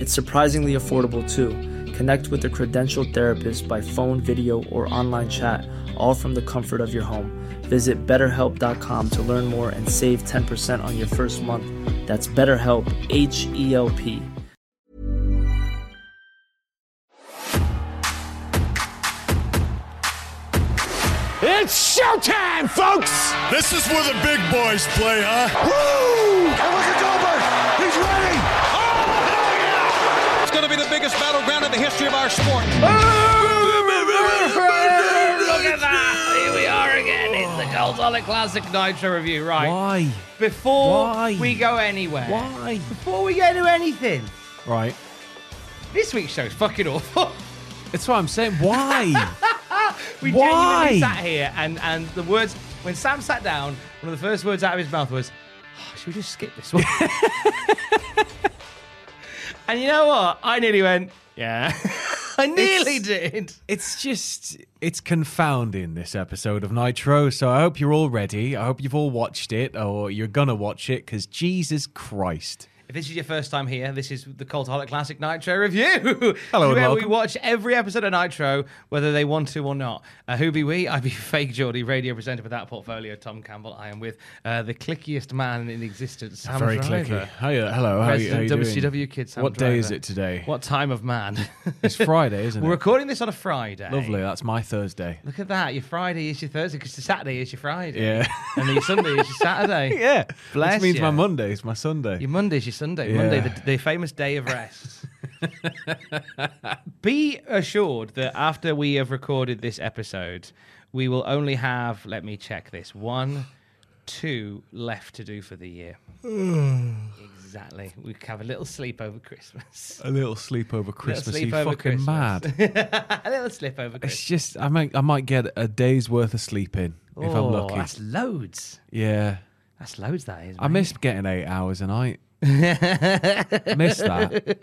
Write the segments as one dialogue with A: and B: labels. A: It's surprisingly affordable too. Connect with a credentialed therapist by phone, video, or online chat, all from the comfort of your home. Visit betterhelp.com to learn more and save 10% on your first month. That's BetterHelp, H E L P.
B: It's showtime, folks!
C: This is where the big boys play, huh?
B: Woo! And look at Goldberg! He's ready! Oh, hell yeah!
D: It's going to be the biggest battleground in the history of our sport.
E: Look at that! Here we are again. It's the Gold Dollar Classic Nitro review. Right.
F: Why?
E: Before
F: Why?
E: we go anywhere,
F: Why?
E: before we go to anything,
F: Right.
E: this week's show's fucking awful.
F: That's what I'm saying. Why?
E: we
F: Why?
E: genuinely sat here and, and the words, when Sam sat down, one of the first words out of his mouth was, "Oh, should we just skip this one? and you know what? I nearly went, yeah. I nearly did.
F: it's just it's confounding this episode of Nitro. So I hope you're all ready. I hope you've all watched it or you're gonna watch it because Jesus Christ.
E: If this is your first time here, this is the Cultaholic Classic Nitro Review. Hello,
F: and
E: where we
F: welcome.
E: watch every episode of Nitro, whether they want to or not. Uh, who be we? I be fake Geordie, radio presenter without portfolio, Tom Campbell. I am with uh, the clickiest man in existence, Sam
F: Very clicky.
E: Driver.
F: Hiya, hello. How are you, how you
E: Resident WCW
F: doing?
E: kid, Sam
F: What day is
E: Driver.
F: it today?
E: What time of man?
F: It's Friday, isn't
E: We're
F: it?
E: recording this on a Friday.
F: Lovely. That's my Thursday.
E: Look at that. Your Friday is your Thursday because the Saturday is your Friday.
F: Yeah.
E: And then your Sunday is your Saturday.
F: yeah.
E: Bless
F: Which means
E: ya.
F: my Monday is my Sunday.
E: Your Monday's your Sunday.
F: Yeah.
E: Monday, the, the famous day of rest. Be assured that after we have recorded this episode, we will only have, let me check this, one, two left to do for the year. exactly. We can have a little sleep over Christmas.
F: A little sleep over Christmas.
E: sleep
F: Are you
E: over
F: fucking
E: Christmas.
F: mad?
E: a little slip over
F: It's
E: Christmas.
F: just I might I might get a day's worth of sleep in if I'm
E: Oh,
F: lucky.
E: that's loads.
F: Yeah.
E: That's loads, that is.
F: I
E: mate.
F: missed getting eight hours a night. missed that. It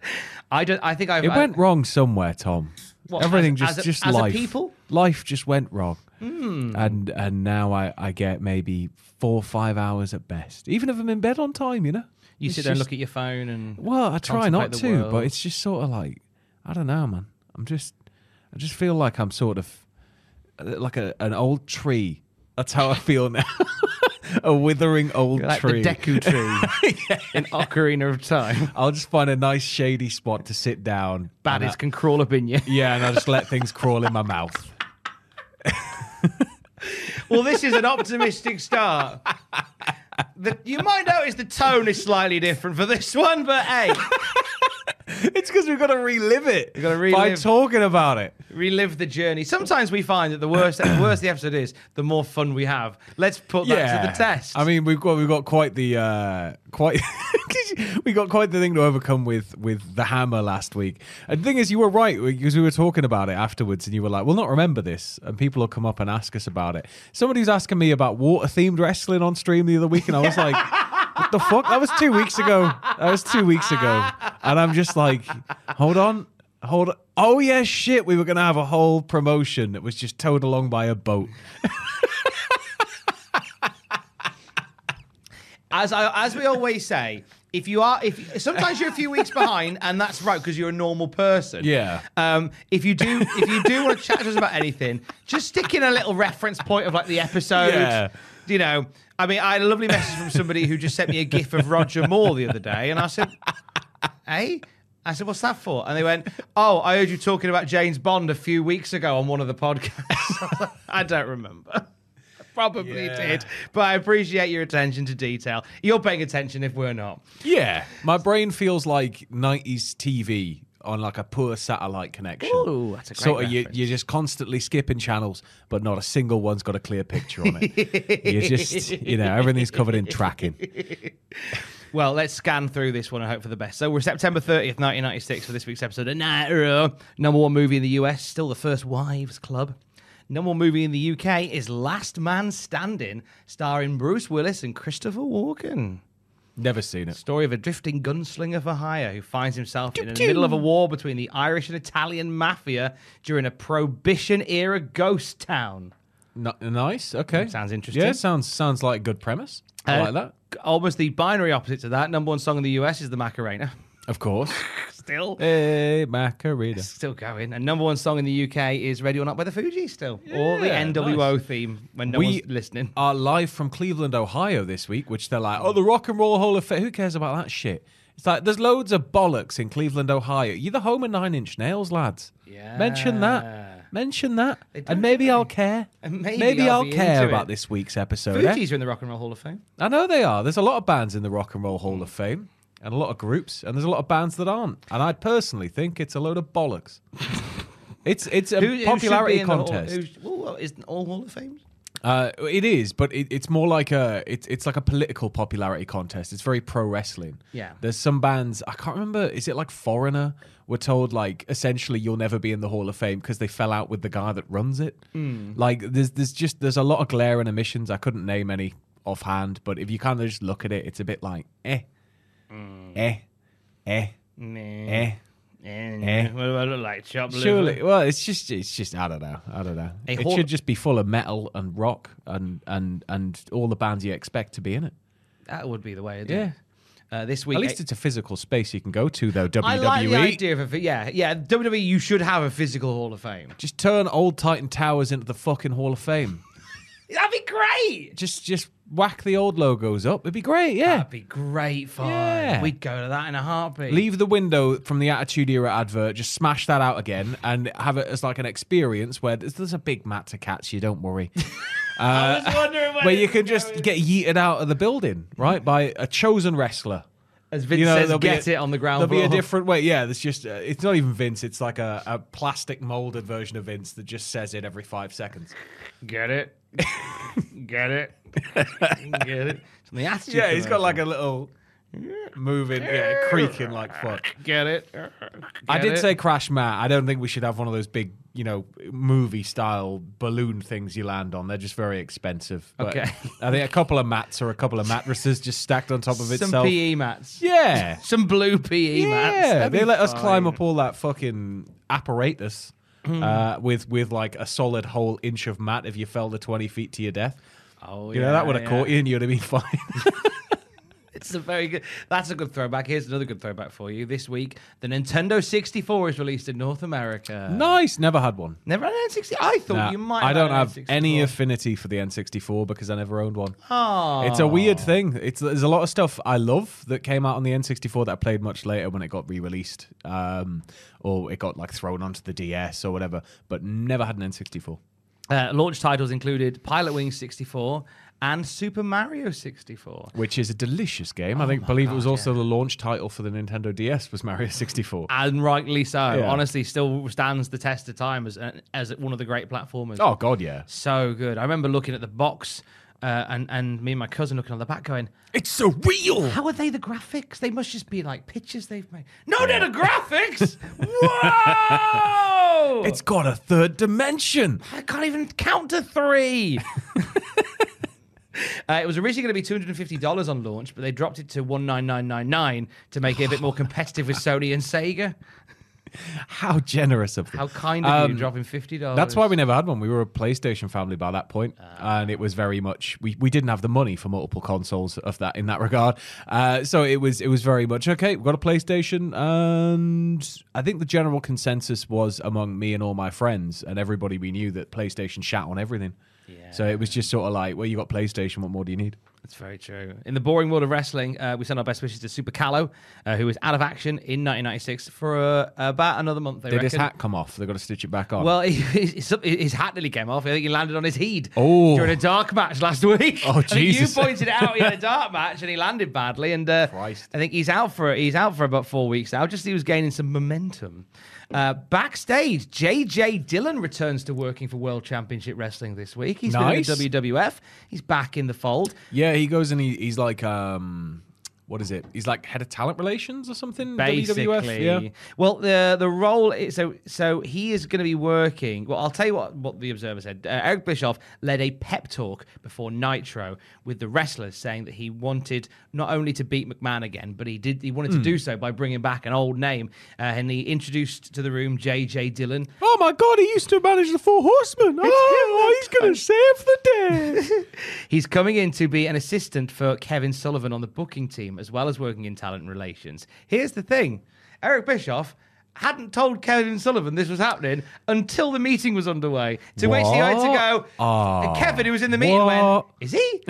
E: I, don't, I think I've. I-
F: went wrong somewhere, Tom.
E: What,
F: Everything
E: as-
F: just
E: as a-
F: just
E: as a
F: life.
E: people? Hmm.
F: Life just went wrong. And and now I, I get maybe four or five hours at best. Even if I'm in bed on time, you know.
E: You
F: It's
E: sit there and
F: just-
E: look at your phone and.
F: Well, I try
E: contemplate
F: not
E: the
F: to,
E: world.
F: but it's just sort of like I don't know, man. I'm just I just feel like I'm sort of like a, an old tree. That's how I feel now. a withering old
E: Like
F: tree.
E: the Deku tree in Ocarina of Time.
F: I'll just find a nice shady spot to sit down. and I-
E: Baddies can crawl up in you.
F: yeah, and I'll just let things crawl in my mouth.
E: Well, this is an optimistic start. The, you might notice the tone is slightly different for this one, but hey,
F: It's because we've got to relive it. We've
E: gotta
F: by
E: relive-
F: talking about it.
E: relive the journey. Sometimes we find that the worse the worse the episode is, the more fun we have. Let's put that to the test.
F: I mean, we've got we've got quite the uh, quite we got quite the thing to overcome with with the hammer last week. And the thing is, you were right because we were talking about it afterwards, and you were like, "We'll not remember this," and people will come up and ask us about it. Somebody was asking me about water themed wrestling on stream the other week, and I was like. What the fuck? That was two weeks ago. That was two weeks ago. And I'm just like, hold on, hold on. Oh, yeah, shit. We were going to have a whole promotion that was just towed along by a boat.
E: as I, as we always say, if you are, if sometimes you're a few weeks behind, and that's right because you're a normal person.
F: Yeah.
E: Um, if you do, if you do want to chat to us about anything, just stick in a little reference point of like the episode.
F: Yeah.
E: You know, I mean, I had a lovely message from somebody who just sent me a gif of Roger Moore the other day, and I said, "Hey." I said, what's that for? And they went, oh, I heard you talking about James Bond a few weeks ago on one of the podcasts. I don't remember. probably
F: Yeah.
E: did. But I appreciate your attention to detail. You're paying attention if we're not.
F: Yeah, my brain feels like '90s TV on like a poor satellite connection.
E: Ooh, that's a great
F: sort of you,
E: reference.
F: you're just constantly skipping channels, but not a single one's got a clear picture on it. you're just, you know, everything's covered in tracking.
E: Well, let's scan through this one and hope for the best. So we're September 30th, 1996 for this week's episode of Night Raw. Number one movie in the US, still the first Wives Club. Number one movie in the UK is Last Man Standing, starring Bruce Willis and Christopher Walken.
F: Never seen it.
E: Story of a drifting gunslinger for hire who finds himself in the middle of a war between the Irish and Italian mafia during a prohibition era ghost town.
F: N- nice. Okay.
E: Mm, Sounds interesting.
F: Yeah, sounds sounds like a good premise. I
E: Uh,
F: like that.
E: Almost the binary opposite to that. Number one song in the US is the Macarena.
F: Of course.
E: Still.
F: hey, Macarena.
E: Still going. And number one song in the UK is Ready or Not by the Fugees still. or the
F: Yeah,
E: NWO theme when no
F: we
E: one's listening.
F: are live from Cleveland, Ohio this week, which they're like, oh, the Rock and Roll Hall of Fame. Who cares about that shit? It's like there's loads of bollocks in Cleveland, Ohio. You're the home of Nine Inch Nails, lads.
E: Yeah.
F: Mention that. Mention that.
E: don't,
F: And maybe
E: do
F: I'll care.
E: And maybe I'll
F: I'll,
E: be
F: care
E: into
F: about
E: it.
F: this week's episode. eh?
E: Fugees are in the Rock and Roll Hall of Fame.
F: I know they are. There's a lot of bands in the Rock and Roll Hall of Fame, and a lot of groups, and there's a lot of bands that aren't. And I personally think it's a load of bollocks. it's it's a
E: Who- who should
F: popularity
E: be in the Hall-
F: contest.
E: who sh- well, well, isn't all Hall of Fame?
F: Uh, it is, but it, it's more like a it's it's like a political popularity contest. It's very pro wrestling.
E: Yeah.
F: there's some bands I can't remember. Is it like Foreigner? We're told like essentially you'll never be in the Hall of Fame because they fell out with the guy that runs it. Like there's there's just there's a lot of glare and omissions. I couldn't name any offhand, but if you kind of just look at it, it's a bit like eh, eh, eh, eh.
E: Eh. What do I look like? Chop liver?
F: Surely, well, it's just it's just I don't know, I don't know.
E: A
F: it
E: hall-
F: should just be full of metal and rock and and and all the bands you expect to be in it.
E: That would be the way to do
F: Yeah.
E: it. Uh, this week,
F: At least it's a physical space you can go to, though. E. WWE.
E: I like the idea of a phy- yeah, yeah. WWE, you should have a physical Hall of Fame.
F: Just turn old Titan Towers into the fucking Hall of Fame.
E: That'd be great.
F: just just whack the old logos up. It'd be great. Yeah.
E: That'd be great fun.
F: Yeah.
E: We'd go to that in a heartbeat.
F: Leave the window from the Attitude Era advert. Just smash that out again, and have it as like an experience where there's, there's a big mat to catch you. Don't worry.
E: I was wondering
F: where you can just get yeeted out of the building, right, by a chosen wrestler.
E: as Vince
F: you know,
E: says,
F: there'll be
E: get
F: a-
E: it on the ground
F: There'll
E: floor.
F: be a different way. Yeah, there's just uh, it's not even Vince. It's like a, a plastic molded version of Vince that just says it every five seconds.
E: Get it? Get it? Get it? It's on the attitude.
F: Yeah, he's got
E: commercial.
F: like a little moving, yeah, creaking like fuck.
E: Get it?
F: I did
E: it?
F: say Crash Mat. I don't think we should have one of those big, you know, movie style balloon things you land on. They're just very expensive. But
E: Okay.
F: I think a couple of mats or a couple of mattresses just stacked on top of
E: Some E
F: itself.
E: PE mats.
F: Yeah.
E: Some blue PE mats.
F: Yeah,
E: That'd be
F: they let us
E: fun.
F: climb up all that fucking apparatus uh, with with like a solid whole inch of mat if you fell to twenty feet to your death.
E: Oh,
F: You know that would have caught you, and you'd have been fine.
E: It's a very good. That's a good throwback. Here's another good throwback for you. This week, the Nintendo 64 is released in North America.
F: nice, never had one.
E: Never had an N64. I thought
F: Nah,
E: you might.
F: I don't
E: an
F: have
E: N64.
F: any affinity for the N64 because I never owned one.
E: Oh,
F: It's a weird thing. It's there's a lot of stuff I love that came out on the N64 that I played much later when it got re-released, um, or it got like thrown onto the DS or whatever. But never had an N64.
E: Uh, launch titles included Pilot Wing 64 and Super Mario 64.
F: which is a delicious game.
E: Oh
F: I think believe it was also the launch title for the Nintendo DS was Mario 64.
E: And rightly so.
F: Yeah.
E: Honestly, still stands the test of time as as one of the great platformers.
F: Oh god, yeah.
E: so good. I remember looking at the box, uh, and and me and my cousin looking on the back, going,
F: It's so real.
E: "How are they the graphics? They must just be like pictures they've made." No, they're the graphics. Whoa!
F: It's got a third dimension.
E: I can't even count to three. Uh, it was originally going to be two hundred and fifty dollars on launch, but they dropped it to one nine nine nine nine to make it a bit more competitive with Sony and Sega.
F: How generous of them.
E: How kind of you
F: Um,
E: dropping fifty dollars.
F: That's why we never had one. We were a PlayStation family by that point,
E: Ah.
F: and it was very much we, we didn't have the money for multiple consoles of that in that regard. Uh, so it was it was very much okay. We've got a PlayStation, and I think the general consensus was among me and all my friends and everybody we knew that PlayStation shat on everything. So it was just sort of like, well, you got PlayStation. What more do you need?
E: That's very true. In the boring world of wrestling, uh, we send our best wishes to Super Callow, uh, who was out of action in 1996 for uh, about another month. They
F: Did his
E: reckon.
F: hat come off? They got to stitch it back on.
E: Well, he, his, his hat nearly came off. I think he landed on his heed
F: Oh.
E: during a dark match last week.
F: Oh,
E: I think
F: Jesus.
E: You pointed out he had a dark match and he landed badly. And uh,
F: Christ.
E: I think he's out for he's out for about four weeks now. Just he was gaining some momentum. Uh, backstage, JJ Dillon returns to working for World Championship Wrestling this week. He's
F: Nice.
E: been in the WWF. He's back in the fold.
F: yeah, he goes and he, he's like, um, what is it? He's like head of talent relations or something.
E: basically.
F: WWF, yeah.
E: Well, the the role is, so so he is going to be working. Well, I'll tell you what what the observer said. Uh, Eric Bischoff led a pep talk before Nitro with the wrestlers, saying that he wanted not only to beat McMahon again, but he did he wanted to do so by bringing back an old name, uh, and he introduced to the room J.J. Dillon.
F: Oh my God, he used to manage the Four Horsemen. Oh, he's going to save the day.
E: He's coming in to be an assistant for Kevin Sullivan on the booking team, as well as working in talent relations. Here's the thing Eric Bischoff hadn't told Kevin Sullivan this was happening until the meeting was underway. To which he had to go,
F: What? Ah.
E: and Kevin, who was in the meeting,
F: What?
E: went, Is he?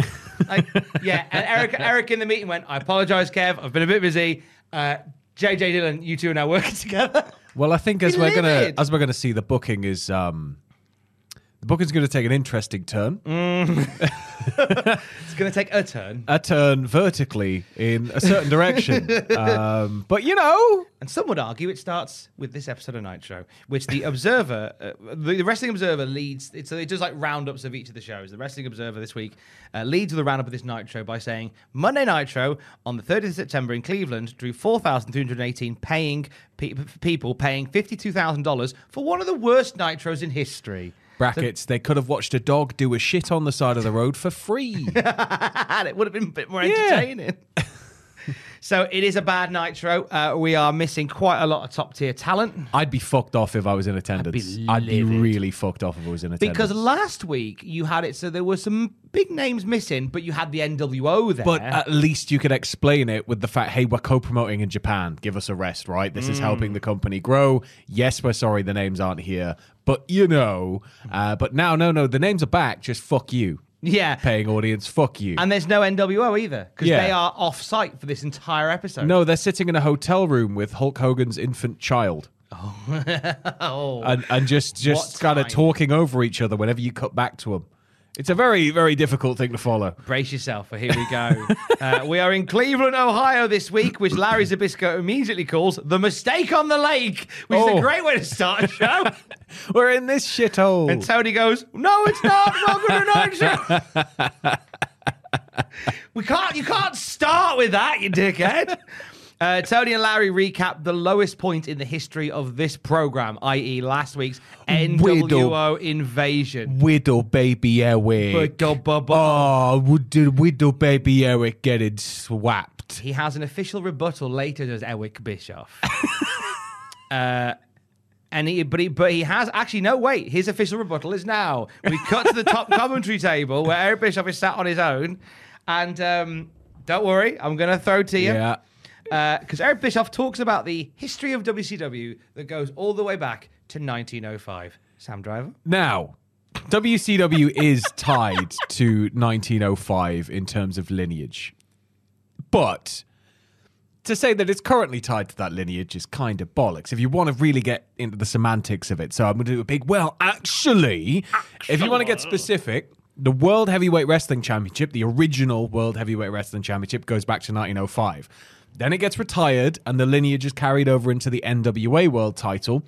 E: like, yeah, and Eric, Eric in the meeting went, I apologize, Kev, I've been a bit busy. Uh, JJ Dillon, you two are now working together.
F: Well, I think as
E: He
F: we're gonna
E: livid.
F: as we're gonna see, the booking is um, the booking's gonna take an interesting turn,
E: Mm. it's going to take a turn.
F: a turn vertically in a certain direction. um, but you know,
E: And some would argue it starts with this episode of Nitro, which the Observer, uh, the, the Wrestling Observer leads. It, so it does like roundups of each of the shows. The Wrestling Observer this week uh, leads with a roundup of this Nitro by saying Monday Nitro on the 30th of September in Cleveland drew 4,318 paying pe- people paying $52,000 for one of the worst Nitros in history.
F: brackets. they could have watched a dog do a shit on the side of the road for free.
E: and it would have been a bit more
F: Yeah.
E: entertaining. so it is a bad Nitro. Uh, we are missing quite a lot of top tier talent.
F: I'd be fucked off if I was in attendance.
E: be
F: I'd be
E: livid.
F: really fucked off if I was in attendance.
E: Because last week you had it, so there were some big names missing, but you had the NWO there.
F: But uh, at least you could explain it with the fact, hey, we're co-promoting in Japan. Give us a rest, right? This is
E: Mm.
F: helping the company grow. Yes, we're sorry the names aren't here, but you know.
E: Mm.
F: Uh, but now, no, no, the names are back. Just fuck you,
E: yeah,
F: paying audience. Fuck you.
E: and there's no NWO either because
F: Yeah.
E: they are off site for this entire episode.
F: no, they're sitting in a hotel room with Hulk Hogan's infant child.
E: oh,
F: and, and just just
E: What
F: kind of
E: time?
F: talking over each other whenever you cut back to them. It's a very very difficult thing to follow.
E: brace yourself. for Here we go. uh, we are in Cleveland, Ohio this week, which Larry Zabisco immediately calls the mistake on the lake, which is
F: Oh.
E: a great way to start a show.
F: We're in this shithole.
E: And Tony goes, "No, it's not. Welcome to Nitro." we can't. You can't start with that, you dickhead. Uh, Tony and Larry recap the lowest point in the history of this program, i.e., last week's NWO invasion.
F: Widow baby Eric.
E: Widow bubba.
F: Oh, would- did Widow baby Eric get it swapped?
E: He has an official rebuttal later, does Eric Bischoff? uh, and he, but he, but he has actually no. Wait, his official rebuttal is now. We cut to the top commentary table where Eric Bischoff is sat on his own, and um, don't worry, I'm going to throw to you.
F: Yeah.
E: Because Eric Bischoff talks about the history of WCW that goes all the way back to 1905. Sam Driver.
F: Now, WCW is tied to 1905 in terms of lineage, but to say that it's currently tied to that lineage is kind of bollocks. If you want to really get into the semantics of it, so I'm going to do a big well. Actually, if you want to get specific. The World Heavyweight Wrestling Championship, the original World Heavyweight Wrestling Championship, goes back to 1905. Then it gets retired, and the lineage is carried over into the NWA World title,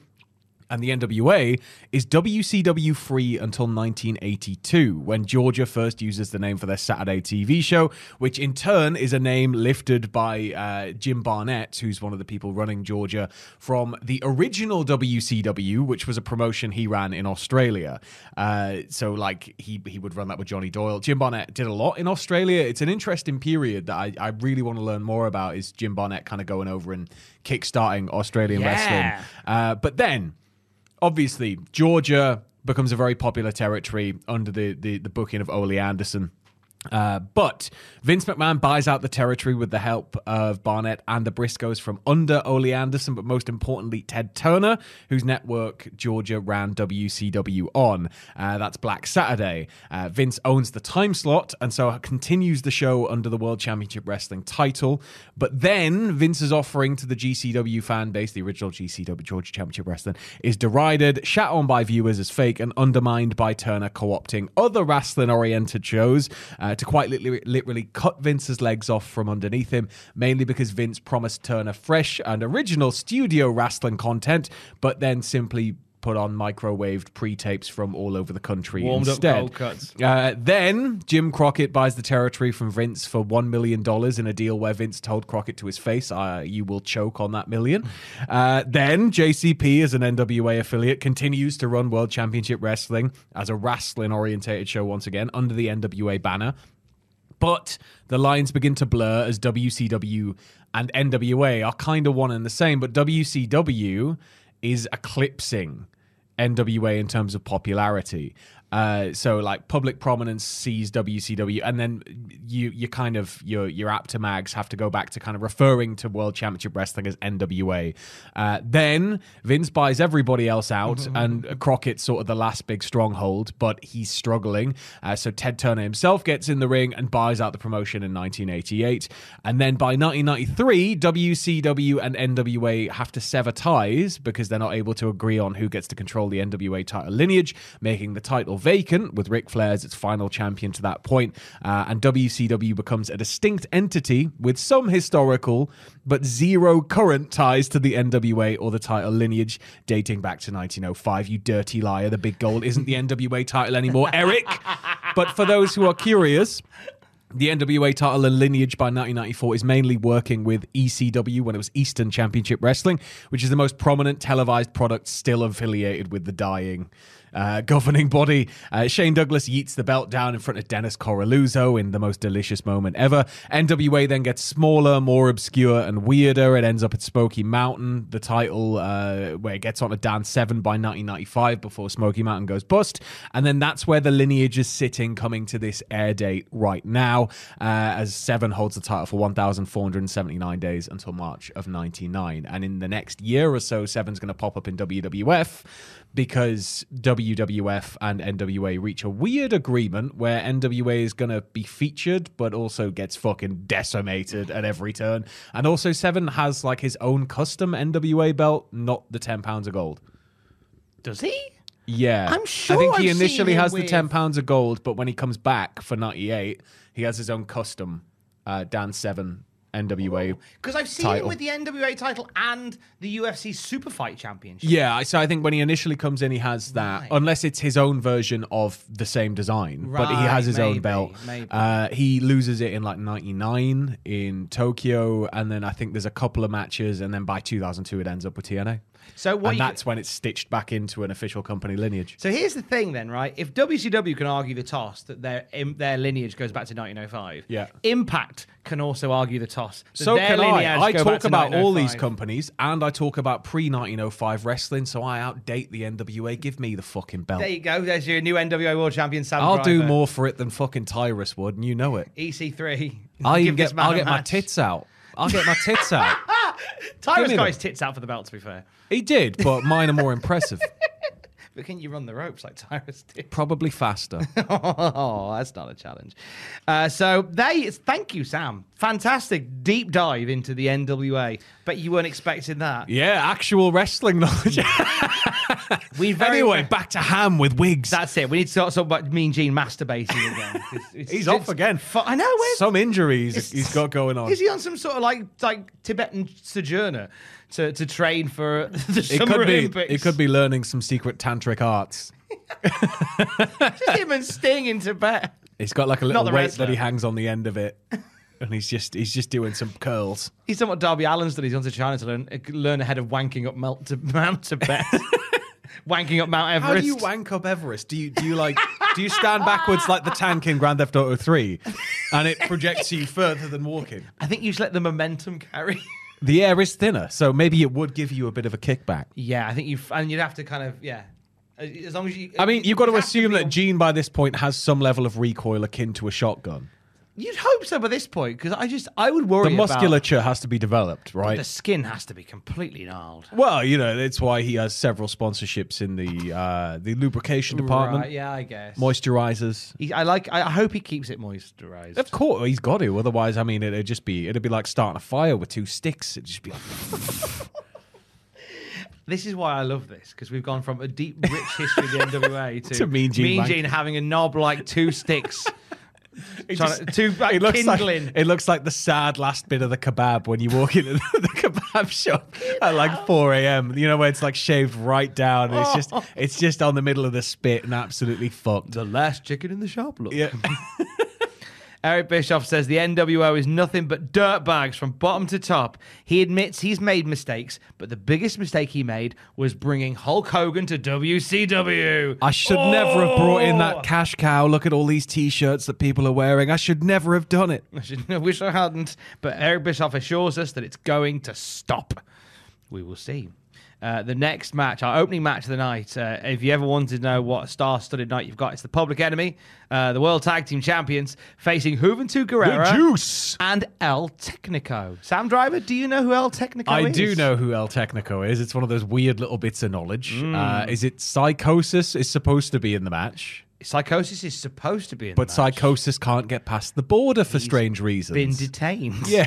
F: and the NWA is WCW free until 1982, when Georgia first uses the name for their Saturday TV show, which in turn is a name lifted by uh, Jim Barnett, who's one of the people running Georgia from the original WCW, which was a promotion he ran in Australia. Uh, so, like, he, he would run that with Johnny Doyle. Jim Barnett did a lot in Australia. It's an interesting period that I, I really want to learn more about, is Jim Barnett kind of going over and kickstarting Australian
E: Yeah.
F: wrestling. Uh, but then obviously Georgia becomes a very popular territory under the the, the booking of Ole Anderson. Uh, but Vince McMahon buys out the territory with the help of Barnett and the Briscoes from under Ole Anderson, but most importantly, Ted Turner, whose network Georgia ran WCW on. Uh, that's Black Saturday. Uh, Vince owns the time slot and so continues the show under the World Championship Wrestling title. But then Vince's offering to the GCW fan base, the original GCW Georgia Championship Wrestling, is derided, shat on by viewers as fake, and undermined by Turner co opting other wrestling oriented shows uh, to quite literally, literally cut Vince's legs off from underneath him, mainly because Vince promised Turner fresh and original studio wrestling content, but then simply put on microwaved pre-tapes from all over the country
E: Warmed up
F: instead.
E: cold cuts.
F: Uh, then Jim Crockett buys the territory from Vince for one million dollars in a deal where Vince told Crockett to his face, uh, "You will choke on that million. Uh, then JCP, as an NWA affiliate, continues to run World Championship Wrestling as a wrestling-orientated show once again under the NWA banner. But the lines begin to blur as WCW and NWA are kind of one and the same, but WCW is eclipsing NWA in terms of popularity. Uh, so like public prominence sees WCW, and then you you kind of your your apt mags have to go back to kind of referring to World Championship Wrestling as NWA. Uh, then Vince buys everybody else out, and Crockett's sort of the last big stronghold, but he's struggling. Uh, so Ted Turner himself gets in the ring and buys out the promotion in 1988, and then by 1993, WCW and NWA have to sever ties because they're not able to agree on who gets to control the NWA title lineage, making the title vacant with Ric Flair as its final champion to that point. Uh, and WCW becomes a distinct entity with some historical but zero current ties to the NWA or the title lineage dating back to 1905. You dirty liar. The big goal isn't the NWA title anymore, Eric. But for those who are curious, the NWA title and lineage by 1994 is mainly working with ECW when it was Eastern Championship Wrestling, which is the most prominent televised product still affiliated with the dying uh, governing body. Uh, Shane Douglas yeets the belt down in front of Dennis Coraluzzo in the most delicious moment ever. NWA then gets smaller, more obscure, and weirder. It ends up at Smoky Mountain, the title uh, where it gets on a Dan 7 by 1995 before Smoky Mountain goes bust. And then that's where the lineage is sitting coming to this air date right now, uh, as Seven holds the title for 1,479 days until March of 99. And in the next year or so, Seven's going to pop up in WWF because WWF and NWA reach a weird agreement where NWA is going to be featured but also gets fucking decimated at every turn. And also, Seven has like his own custom NWA belt, not the 10 pounds of gold.
E: Does he?
F: Yeah.
E: I'm sure
F: I think he
E: I've seen
F: initially
E: him
F: has the
E: with-
F: 10 pounds of gold, but when he comes back for 98, he has his own custom uh, Dan 7 NWA.
E: Because I've seen
F: Title.
E: him with the NWA title and the UFC Super Fight Championship.
F: Yeah, I- so I think when he initially comes in, he has that, unless it's his own version of the same design. but he has
E: Right,
F: his own
E: maybe,
F: belt.
E: maybe.
F: Uh, he loses it in like '99 in Tokyo, and then I think there's a couple of matches, and then by 2002 it ends up with TNA,
E: So what?
F: and
E: you-
F: that's when it's stitched back into an official company lineage.
E: So here's the thing, then, right? If WCW can argue the toss that their im- their lineage goes back to 1905,
F: Yeah.
E: Impact can also argue the toss. that
F: So
E: their
F: can I.
E: lineage
F: I
E: go back
F: talk
E: to
F: about all these
E: 1905.
F: companies, and I talk about pre 1905 wrestling, so I outdate the NWA. Give me the fucking belt.
E: There you go. There's your new NWA World Champion, Sam.
F: I'll do
E: Driver.
F: more for it than fucking Tyrus would, and you know it.
E: EC3.
F: I'll
E: Give
F: even
E: this
F: get,
E: man
F: I'll
E: a
F: get my
E: match.
F: tits out. I'll get my tits out. Give
E: Tyrus
F: me
E: got
F: them.
E: his tits out for the belt, to be fair.
F: He did, but mine are more impressive.
E: But can you run the ropes like Tyrus did?
F: Probably faster.
E: Oh, that's not a challenge. Uh, so they, thank you, Sam. Fantastic deep dive into the NWA. Bet you weren't expecting that.
F: Yeah, actual wrestling knowledge.
E: We very-
F: anyway, back to ham with wigs.
E: That's it. We need to start talking about Mean Gene masturbating again. It's- it's-
F: He's
E: it's-
F: off again.
E: Fu- I know. Where's,
F: Some injuries
E: it's-
F: he's got going on.
E: Is he on some sort of like like Tibetan sojourner to, to train for the
F: It
E: Summer
F: could be.
E: Olympics?
F: It could be learning some secret tantric arts.
E: Just him and Sting in Tibet.
F: He's got like a little
E: the
F: weight
E: wrestler.
F: that he hangs on the end of it, and he's just he's just doing some curls.
E: He's done what Darby Allen's done. He's gone to China to learn uh, learn ahead of wanking up Mount, Ti- Mount Tibet, wanking up Mount Everest.
F: How do you wank up Everest? Do you do you like do you stand backwards like the tank in Grand Theft Auto Three, and it projects you further than walking?
E: I think you just let the momentum carry.
F: The air is thinner, so maybe it would give you a bit of a kickback.
E: yeah, I think you and you'd have to kind of yeah. As long as you,
F: I mean, you've got to
E: you'd have
F: assume
E: be
F: that
E: on-
F: Gene by this point has some level of recoil akin to a shotgun.
E: You'd hope so by this point, because I just I would worry
F: The
E: about-
F: musculature has to be developed, right?
E: the skin has to be completely gnarled.
F: Well, you know, that's why he has several sponsorships in the uh, the lubrication department,
E: Right, yeah, I guess.
F: moisturizers.
E: He- I like. I I hope he keeps it moisturized.
F: Of course, he's got to. Otherwise, I mean, it'd just be it'd be like starting a fire with two sticks. It'd just be like,
E: This is why I love this because we've gone from a deep, rich history of the NWA to,
F: To Mean Gene Lang-
E: having a knob like two sticks.
F: it,
E: Trying to- two, like,
F: it looks like
E: kindling.
F: it looks like the sad last bit of the kebab when you walk into the, the kebab shop at like four a.m. You know, where it's like shaved right down. And it's just
E: Oh.
F: it's just on the middle of the spit and absolutely fucked.
E: the last chicken in the shop. Look.
F: Yeah.
E: Eric Bischoff says the NWO is nothing but dirt bags from bottom to top. He admits he's made mistakes, but the biggest mistake he made was bringing Hulk Hogan to WCW.
F: I should never have brought in
E: Oh.
F: that cash cow. Look at all these t-shirts that people are wearing. I should never have done it.
E: I should- I wish I hadn't, but Eric Bischoff assures us that it's going to stop. We will see. Uh, the next match, our opening match of the night. Uh, if you ever wanted to know what a star-studded night you've got, it's the Public Enemy, uh, the World Tag Team Champions, facing Juventud Guerrera
F: Juice.
E: and El Technico. Sam Driver, do you know who El Technico is?
F: I do know who El Technico is. It's one of those weird little bits of knowledge.
E: Mm.
F: Uh, is it Psychosis is supposed to be in the match,
E: Psychosis is supposed to be in
F: but
E: the match.
F: Psychosis can't get past the border for strange reasons.
E: been detained.
F: Yeah.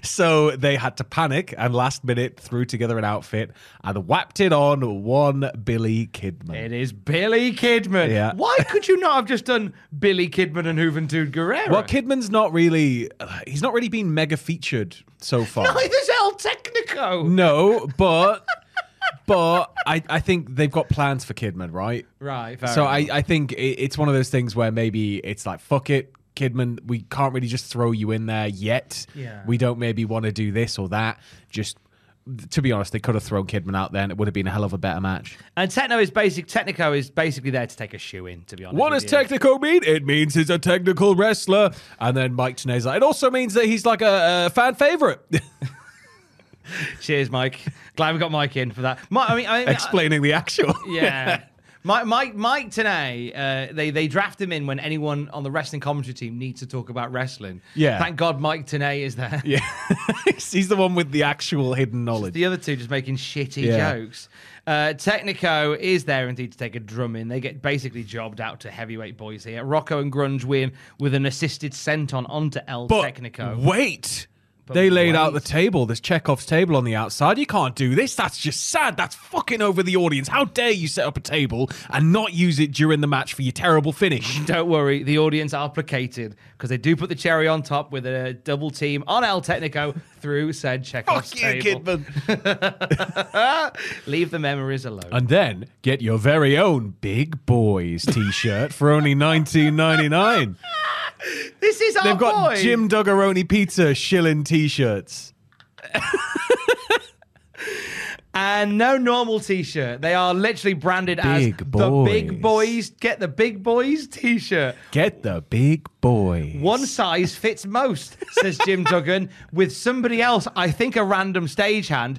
F: so they had to panic and last minute threw together an outfit and whapped it on one Billy Kidman.
E: It is Billy Kidman.
F: Yeah.
E: Why could you not have just done Billy Kidman and Juventud Guerrera?
F: Well, Kidman's not really, uh, he's not really been mega featured so far.
E: Neither is El Technico.
F: No, but but I, I think they've got plans for Kidman, right?
E: Right, fair
F: so I,
E: enough.
F: I think it, it's one of those things where maybe it's like fuck it, Kidman, we can't really just throw you in there yet.
E: Yeah.
F: We don't maybe want to do this or that. Just to be honest, they could have thrown Kidman out there and it would have been a hell of a better match.
E: And Techno is basic. Technico is basically there to take a shoe in. To be honest,
F: What
E: with
F: does
E: you.
F: technical mean? It means he's a technical wrestler. And then Mike Tenay's like, it also means that he's like a, a fan favorite.
E: Cheers, Mike. Glad we got Mike in for that. Mi- I mean, I mean
F: Explaining the actual.
E: I- yeah. Mike, Mike, Mike today, uh, they, they draft him in when anyone on the wrestling commentary team needs to talk about wrestling.
F: Yeah.
E: Thank God Mike Tanay is there.
F: Yeah. he's the one with the actual hidden knowledge.
E: The other two just making shitty
F: Yeah.
E: jokes. Uh, Technico is there indeed to take a drum in. They get basically jobbed out to heavyweight boys here. Rocco and Grunge win with an assisted senton onto El Technico.
F: Wait. they laid out the
E: wait.
F: table, this Chekhov's table on the outside. You can't do this. That's just sad. That's fucking over the audience. How dare you set up a table and not use it during the match for your terrible finish?
E: Don't worry, the audience are placated because they do put the cherry on top with a double team on El Technico through said Chekhov's
F: Fuck you,
E: table.
F: Kidman.
E: Leave the memories alone.
F: And then get your very own Big Boys t shirt for only nineteen ninety nine.
E: this is our
F: They've got
E: boy.
F: Jim Duggaroni Pizza shilling t shirts.
E: and no normal T-shirt. They are literally branded as
F: Big
E: the Big
F: Boys.
E: Boys. Get the Big Boys T-shirt.
F: Get the Big Boys.
E: One size fits most, says Jim Duggan, with somebody else, I think a random stagehand,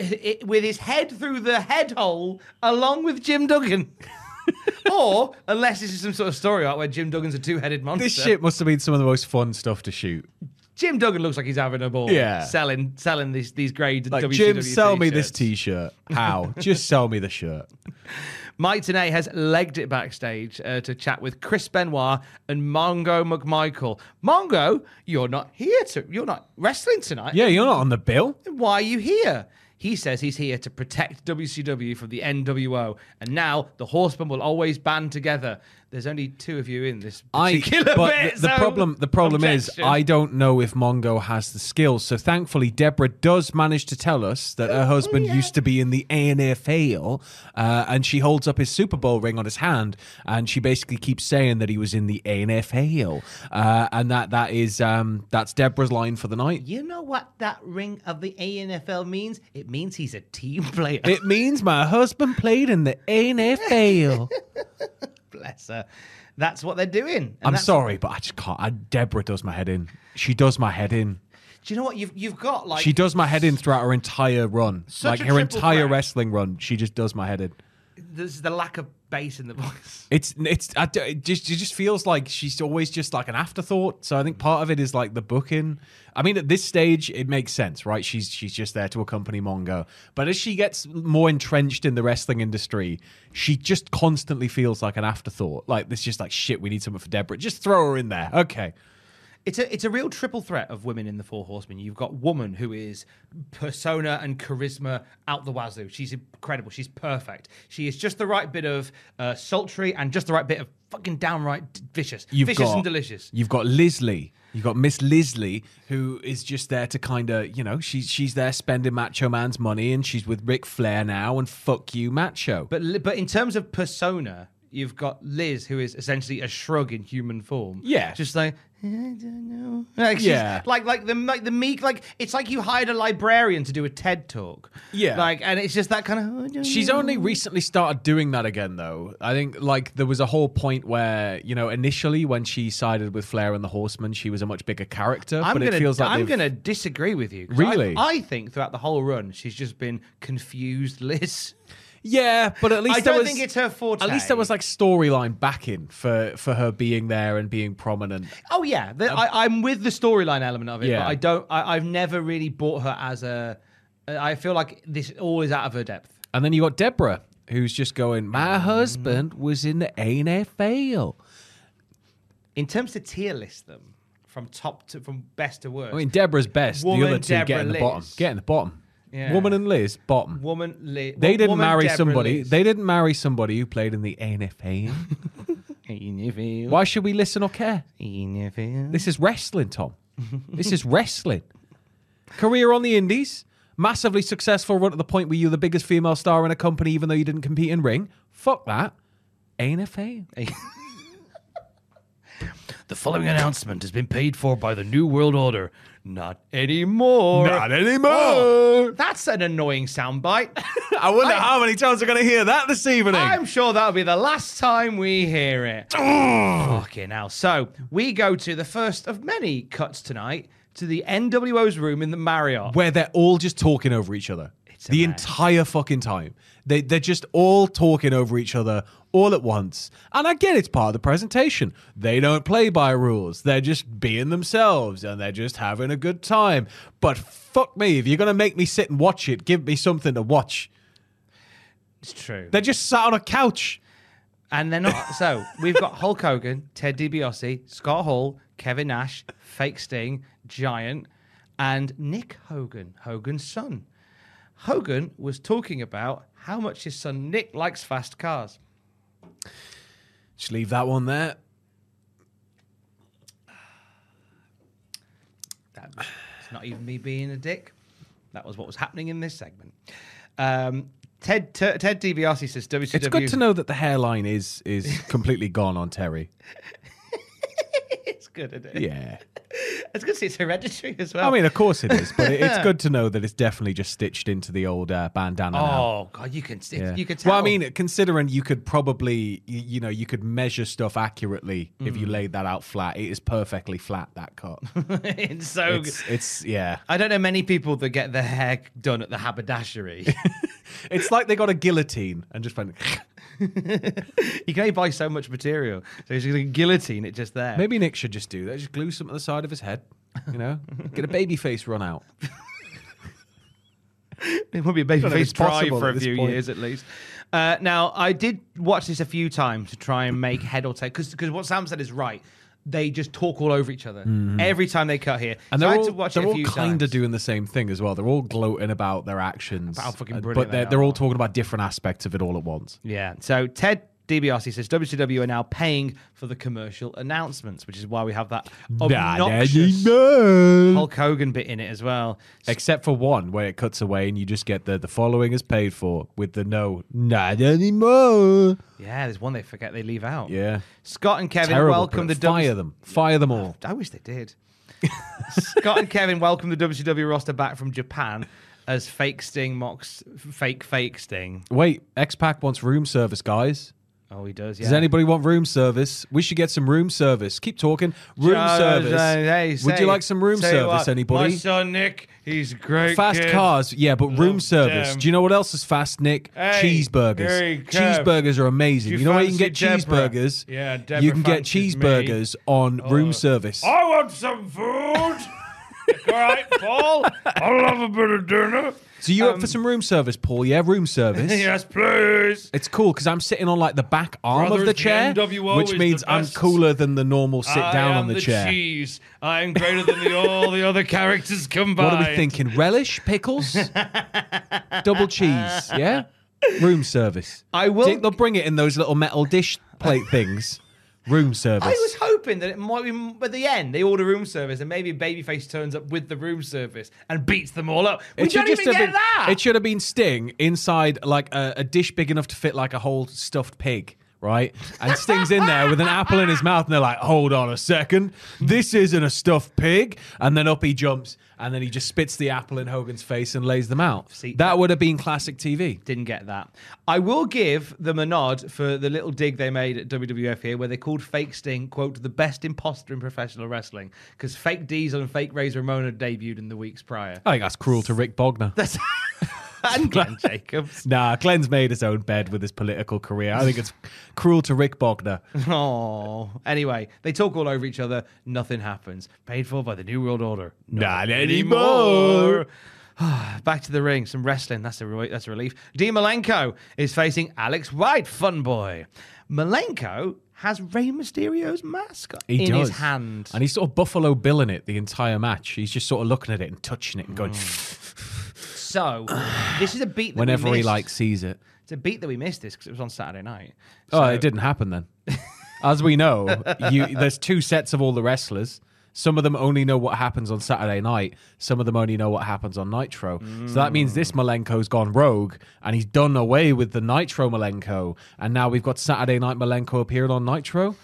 E: i- i- with his head through the head hole along with Jim Duggan. or, unless this is some sort of story art where Jim Duggan's a two headed monster,
F: This shit must have been some of the most fun stuff to shoot.
E: Jim Duggan looks like he's having a ball.
F: Yeah.
E: Selling selling these, these grade
F: Like,
E: WCW
F: Jim, sell me this
E: t-shirts.
F: t-shirt. How? Just sell me the shirt.
E: Mike Tenay has legged it backstage uh, to chat with Chris Benoit and Mongo McMichael. Mongo, you're not here to. You're not wrestling tonight.
F: Yeah, you're not on the bill.
E: Why are you here? He says he's here to protect WCW from the NWO, and now the Horsemen will always band together. There's only two of you in this particular
F: but
E: bit.
F: the, the
E: so-
F: problem the problem
E: Objection.
F: is I don't know if Mongo has the skills. So thankfully, Deborah does manage to tell us that her husband used to be in the ANFL, uh, and she holds up his Super Bowl ring on his hand, and she basically keeps saying that he was in the ANFL, uh, and that that is um, that's Deborah's line for the night.
E: You know what that ring of the ANFL means? It means he's a team player.
F: It means my husband played in the ANFL.
E: Bless her. That's what they're doing. and
F: I'm
E: that's-
F: sorry, but I just can't. I, Deborah does my head in. She does my head in.
E: Do you know what you've you've got like
F: She does my head in throughout her entire run, like
E: Such a
F: her
E: triple
F: entire
E: threat.
F: wrestling run. She just does my head in.
E: there's the lack of bass in the voice.
F: It's it's I, d- it just it just feels like she's always just like an afterthought. So I think part of it is like the booking. I mean, at this stage, it makes sense, right? She's she's just there to accompany Mongo. But as she gets more entrenched in the wrestling industry, she just constantly feels like an afterthought. Like this, just like shit. We need someone for Deborah. Just throw her in there, okay?
E: It's a it's a real triple threat of women in the Four Horsemen. You've got woman who is persona and charisma out the wazoo. She's incredible. She's perfect. She is just the right bit of uh, sultry and just the right bit of fucking downright d- vicious,
F: You've
E: vicious
F: got-
E: and delicious.
F: You've got Lisley. You've got Miss Lisley, who is just there to kind of, you know, she's she's there spending Macho Man's money, and she's with Ric Flair now, and fuck you, Macho.
E: But li- but in terms of persona, you've got Liz, who is essentially a shrug in human form.
F: Yeah.
E: just like I don't know. Like she's-
F: Yeah.
E: like like the like the meek. Like it's like you hired a librarian to do a TED talk.
F: Yeah.
E: like and it's just that kind of. "Oh,
F: She's only recently started doing that again, though. I think, like, there was a whole point where, you know, initially when she sided with Flair and the Horseman, she was a much bigger character.
E: I'm
F: but
E: gonna,
F: it feels like
E: I'm
F: they've-
E: gonna disagree with you. 'cause I-
F: Really?
E: I, think throughout the whole run, she's just been confused, Liz.
F: Yeah, but at least
E: I
F: there
E: don't
F: was-
E: think it's her forte.
F: At least there was like storyline backing for for her being there and being prominent.
E: Oh yeah, the, I, I'm with the storyline element of it,
F: Yeah.
E: but I don't. I, I've never really bought her as a. I feel like this all is out of her depth.
F: And then you got Deborah, who's just going, "My husband was in the NFL."
E: In terms to tier list them from top to from best to worst.
F: I mean, Deborah's best.
E: Woman,
F: the other two
E: Deborah,
F: getting the
E: Liz.
F: bottom, getting the bottom.
E: Yeah.
F: Woman and Liz bottom.
E: woman. Li-
F: They
E: wo-
F: didn't
E: woman,
F: marry
E: Deborah,
F: somebody.
E: Liz.
F: They didn't marry somebody who played in the NFL.
E: Why?
F: Why should we listen or care? This is wrestling, Tom. this is wrestling. Career on the Indies, massively successful run to the point where you're the biggest female star in a company, even though you didn't compete in ring. Fuck that. NFL.
E: The following announcement has been paid for by the New World Order. Not anymore.
F: anymore.
E: Oh, that's an annoying soundbite.
F: I wonder how many times we're going to hear that this evening.
E: I'm sure that'll be the last time we hear it. Fucking hell. So we go to the first of many cuts tonight to the NWO's room in the Marriott.
F: where they're all just talking over each other
E: It's a
F: the
E: mess.
F: entire fucking time. They they're just all talking over each other all at once. And I get it's part of the presentation. They don't play by rules. They're just being themselves and they're just having a good time. But fuck me, if you're gonna make me sit and watch it, give me something to watch.
E: It's true.
F: They're just sat on a couch.
E: And they're not. So we've got Hulk Hogan, Ted DiBiase, Scott Hall, Kevin Nash, Fake Sting, Giant, and Nick Hogan, Hogan's son. Hogan was talking about how much his son Nick likes fast cars.
F: Just leave that one there.
E: That was, it's not even me being a dick. That was what was happening in this segment. Um, Ted T- Ted DiBiase says WCW.
F: It's good to know that the hairline is is completely gone on Terry.
E: it's good, isn't it?
F: Yeah.
E: It's good to see it's hereditary as well.
F: I mean, of course it is, but it, it's good to know that it's definitely just stitched into the old uh, bandana. now.
E: oh god, you can
F: Yeah.
E: you can tell.
F: Well, I mean, considering you could probably, y- you know, you could measure stuff accurately if
E: Mm.
F: you laid that out flat. It is perfectly flat that cut.
E: it's so good.
F: it's, it's yeah.
E: I don't know many people that get their hair done at the haberdashery.
F: It's like they got a guillotine and just went.
E: you can only buy so much material, so he's going to guillotine it just there.
F: Maybe Nick should just do that. Just glue something to the side of his head. You know, get a baby face run out.
E: it won't be a
F: Don't know if
E: babyface
F: it's
E: dry
F: possible
E: for
F: at
E: a
F: this
E: few
F: point.
E: years at least. Uh, now, I did watch this a few times to try and make head or tail because because what Sam said is right. They just talk all over each other every time they cut here.
F: Mm-hmm. And
E: so
F: they're
E: I had
F: all,
E: to watch
F: they're
E: it a
F: all
E: few
F: kind
E: times.
F: of doing the same thing as well. They're all gloating about their actions,
E: About how fucking
F: uh,
E: brilliant
F: but they're,
E: they
F: they're
E: are.
F: all talking about different aspects of it all at once.
E: Yeah. So Ted DiBiase says WCW are now paying for the commercial announcements, which is why we have that obnoxious Hulk Hogan bit in it as well.
F: Except for one where it cuts away and you just get the the following is paid for with the no not anymore.
E: Yeah, there's one they forget they leave out.
F: Yeah.
E: Scott and Kevin
F: Terrible.
E: welcome the
F: but fire
E: WC
F: them. Fire them all.
E: I wish they did. Scott and Kevin welcome the WCW roster back from Japan as fake Sting mocks fake fake Sting.
F: Wait, X Pac wants room service, guys.
E: Oh, he does. Yeah.
F: Does anybody want room service? We should get some room service. Keep talking. Room
E: Uh,
F: service.
E: hey,
F: Would
E: say-
F: you like some room
E: tell you
F: service,
E: what,
F: anybody?
E: My son Nick, he's a great.
F: Fast
E: kid.
F: cars, yeah, but room
E: Love
F: service.
E: them.
F: Do you know what else is fast, Nick?
E: Hey,
F: cheeseburgers.
E: hey, Kev,
F: cheeseburgers are amazing.
E: do
F: You,
E: you
F: know where you can get
E: fancy Deborah?
F: cheeseburgers?
E: Yeah, Deborah
F: You can get
E: fancies me. Oh.
F: cheeseburgers on room service.
E: I want some food. All right, Paul. I love a bit of dinner.
F: So you
E: um,
F: up for some room service, Paul? Yeah, room service.
E: Yes, please.
F: It's cool because I'm sitting on like the back arm of
E: Brothers,
F: the
E: the
F: chair,
E: NWO is
F: which
E: the
F: means I'm
E: best.
F: cooler than the normal sit down
E: I am
F: on the,
E: the
F: chair.
E: cheese. I am greater than the, all the other characters combined.
F: What are we thinking? Relish, pickles, double cheese, yeah? Room service.
E: I will-
F: Dick, they'll bring it in those little metal dish plate things. Room service.
E: I was hoping that it might be at the end they order room service and maybe Babyface turns up with the room service and beats them all up. We don't even
F: have
E: get
F: been,
E: that.
F: It should have been Sting inside like a, a dish big enough to fit like a whole stuffed pig, right? And Sting's in there with an apple in his mouth, and they're like, "Hold on a second, this isn't a stuffed pig." And then up he jumps, and then he just spits the apple in Hogan's face and lays them out. that would have been classic TV.
E: Didn't get that. I will give them a nod for the little dig they made at WWF here, where they called Fake Sting "quote the best imposter in professional wrestling" because Fake Diesel and Fake Razor Ramon had debuted in the weeks prior.
F: I think that's cruel to Rick Bogner.
E: That's and Glenn Jacobs.
F: Nah, Glenn's made his own bed with his political career. I think it's cruel to Rick Bogner.
E: Oh, anyway, they talk all over each other. Nothing happens. Paid for by the New World Order.
F: Not anymore.
E: Back to the ring. Some wrestling. That's a re- that's a relief. Dean Malenko is facing Alex White, fun boy. Malenko has Rey Mysterio's mask in his hand.
F: And he's sort of Buffalo Bill in it the entire match. He's just sort of looking at it and touching it and going
E: so this is a beat that we
F: whenever he
E: missed.
F: like sees it.
E: It's a beat that we missed this because it was on Saturday night.
F: oh, it didn't happen then. As we know, you, there's two sets of all the wrestlers. Some of them only know what happens on Saturday night. Some of them only know what happens on Nitro. So that means this Malenko's gone rogue and he's done away with the Nitro Malenko. And now we've got Saturday Night Malenko appearing on Nitro.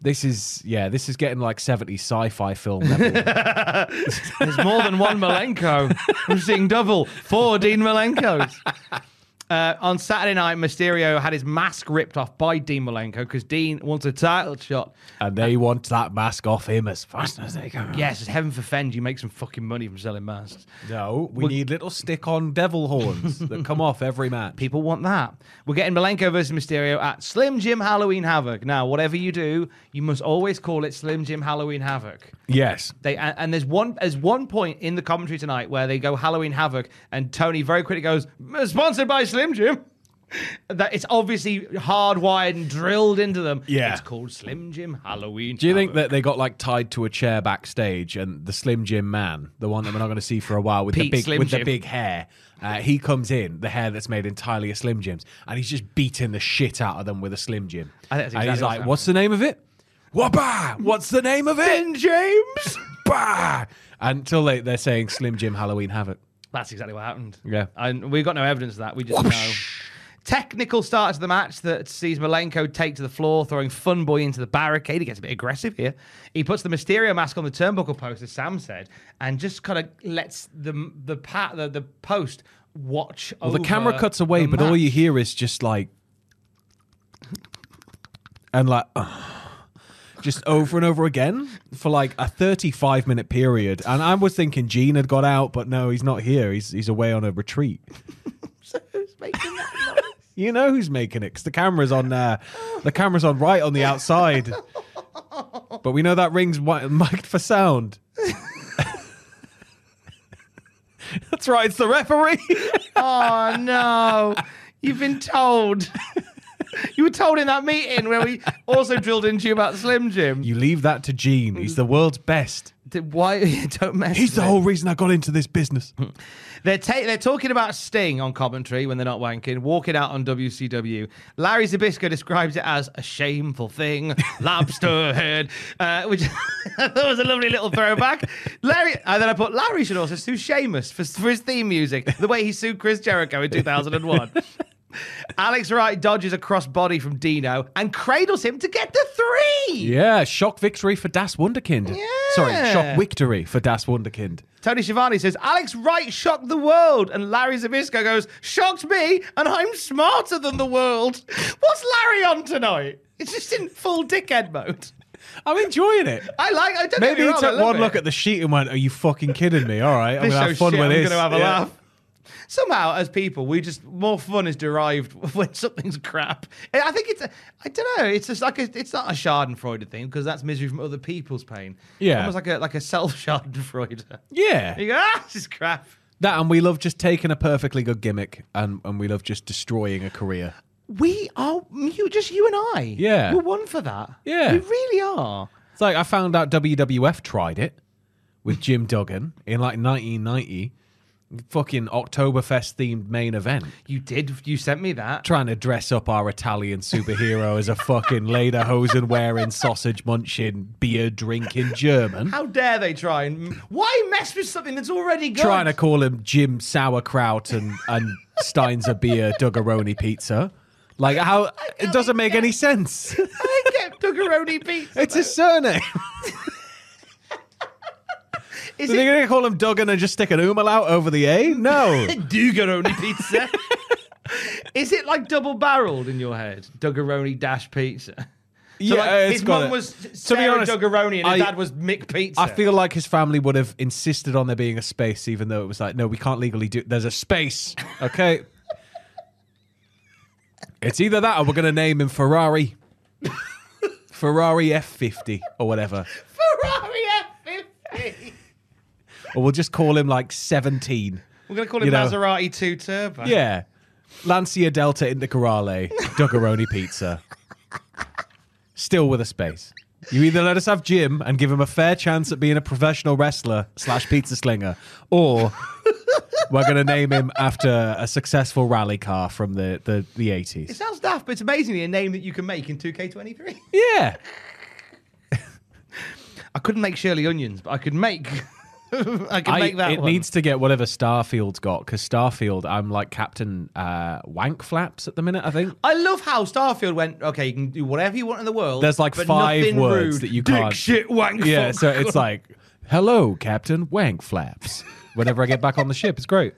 F: This is, yeah, this is getting like 70s sci fi film level.
E: There's more than one Malenko. I'm seeing double, four Dean Malenkos. Uh, on Saturday night, Mysterio had his mask ripped off by Dean Malenko because Dean wants a title shot.
F: and they want that mask off him as fast as they can.
E: Yes, it's heaven forfend you make some fucking money from selling masks.
F: No, we need little stick-on devil horns that come off every match.
E: People want that. We're getting Malenko versus Mysterio at Slim Jim Halloween Havoc. Now, whatever you do, you must always call it Slim Jim Halloween Havoc.
F: Yes,
E: They and, and there's one there's one point in the commentary tonight where they go Halloween Havoc and Tony very quickly goes sponsored by Slim Jim. That it's obviously hardwired and drilled into them.
F: Yeah.
E: it's called Slim Jim Halloween.
F: Do you think that they got like tied to a chair backstage, and the Slim Jim man, the one that we're not going to see for a while with
E: Pete
F: the big
E: Slim
F: with the
E: Jim.
F: big hair, uh, he comes in, the hair that's made entirely of Slim Jims, and he's just beating the shit out of them with a Slim Jim.
E: I think that's
F: and he's
E: exactly what's
F: like, "What's the name of it? Whopper! What's the name of it?
E: Ben James?
F: Bah!" Until they, they're saying Slim Jim Halloween Havoc.
E: That's exactly what happened.
F: Yeah.
E: And we got no evidence of that. We just know. Technical start to the match that sees Malenko take to the floor, throwing Fun Boy into the barricade. He gets a bit aggressive here. He puts the Mysterio mask on the turnbuckle post, as Sam said, and just kind of lets the the pat the, the post watch.
F: Well, the camera cuts away, but all you hear is just like and like uh, just over and over again for like a 35 minute period. And I was thinking Gene had got out, but no, he's not here. He's he's away on a retreat. You know who's making it 'cause the camera's on uh, the camera's on right on the outside. But we know that ring's wi- mic'd for sound. That's right, it's the referee.
E: Oh no! You've been told. You were told in that meeting where we also drilled into you about Slim Jim.
F: You leave that to Gene.
E: Mm.
F: He's the world's best.
E: Why don't mess?
F: He's the
E: with it.
F: whole reason I got into this business.
E: They're ta- they're talking about Sting on commentary when they're not wanking, walking out on WCW. Larry Zabisco describes it as a shameful thing, lobster head, uh, which I thought was a lovely little throwback. Larry, and then I put Larry should also sue Sheamus for, for his theme music, the way he sued Chris Jericho in 2001. Alex Wright dodges a crossbody from Dino and cradles him to get the three.
F: yeah, shock victory for Das Wunderkind. Sorry, shock victory for Das Wunderkind.
E: Tony Schiavone says, Alex Wright shocked the world. And Larry Zabisco goes, shocked me, and I'm smarter than the world. What's Larry on tonight? It's just in full dickhead mode.
F: I'm enjoying it.
E: I like, I don't
F: Maybe
E: get me
F: he
E: wrong, I
F: took
E: love
F: one
E: it.
F: look at the sheet and went, "Are you fucking kidding me? All right, I'm
E: This
F: gonna have fun
E: show's shit,
F: with
E: I'm
F: this.
E: gonna have a
F: Yeah.
E: laugh. Somehow, as people, we just more fun is derived when something's crap. And I think it's a, I don't know. It's just like a, it's not a Schadenfreude thing because that's misery from other people's pain.
F: Yeah.
E: almost like a like a self Schadenfreude.
F: Yeah,
E: You go, ah, this is crap.
F: that and we love just taking a perfectly good gimmick and and we love just destroying a career.
E: We are you, just you and I.
F: Yeah.
E: we're one for that.
F: Yeah.
E: we really are.
F: It's like I found out WWF tried it with Jim Duggan in like 1990, fucking Oktoberfest themed main event,
E: You did. You sent me that.
F: trying to dress up our Italian superhero as a fucking lederhosen wearing, sausage munching, beer drinking German.
E: How dare they try and why mess with something that's already good?
F: trying to call him Jim Sauerkraut and and Steins a beer, Duggaroni pizza. Like how it doesn't make any sense.
E: I get Duggaroni pizza.
F: It's his surname.
E: Is
F: Are they going to call him Duggan and just stick an umlaut over the A? No.
E: Dugaroni pizza. Is it like double barreled in your head? Dugaroni dash pizza. So like,
F: it's
E: his
F: got
E: mum
F: it.
E: was
F: To be
E: Sarah
F: honest,
E: Dugaroni and his
F: I-
E: dad was Mick Pizza.
F: I feel like his family would have insisted on there being a space, even though it was like, no, we can't legally do. There's a space, okay. it's either that, or we're going to name him Ferrari, Ferrari F50 or whatever,
E: Ferrari F50.
F: or we'll just call him like 17.
E: We're gonna call him
F: You know.
E: Maserati Two Turbo.
F: Yeah, Lancia Delta Intercorale, Duggaroni Pizza, still with a space. You either let us have Jim and give him a fair chance at being a professional wrestler slash pizza slinger, or we're going to name him after a successful rally car from the the the
E: It
F: eighties.
E: sounds daft, but it's amazingly a name that you can make in 2K23.
F: Yeah,
E: I couldn't make Shirley Onions, but I could make. I could
F: I-
E: make that
F: it
E: one.
F: needs to get whatever Starfield's got because Starfield, I'm like Captain uh, Wank Flaps at the minute. I think
E: I love how Starfield went. Okay, you can do whatever you want in the world.
F: There's like
E: but
F: five
E: nothing
F: words
E: rude.
F: that you
E: Dick,
F: can't.
E: shit, wank.
F: Yeah,
E: fuck.
F: so it's like, hello, Captain Wank Flaps. Whenever I get back on the ship, it's great.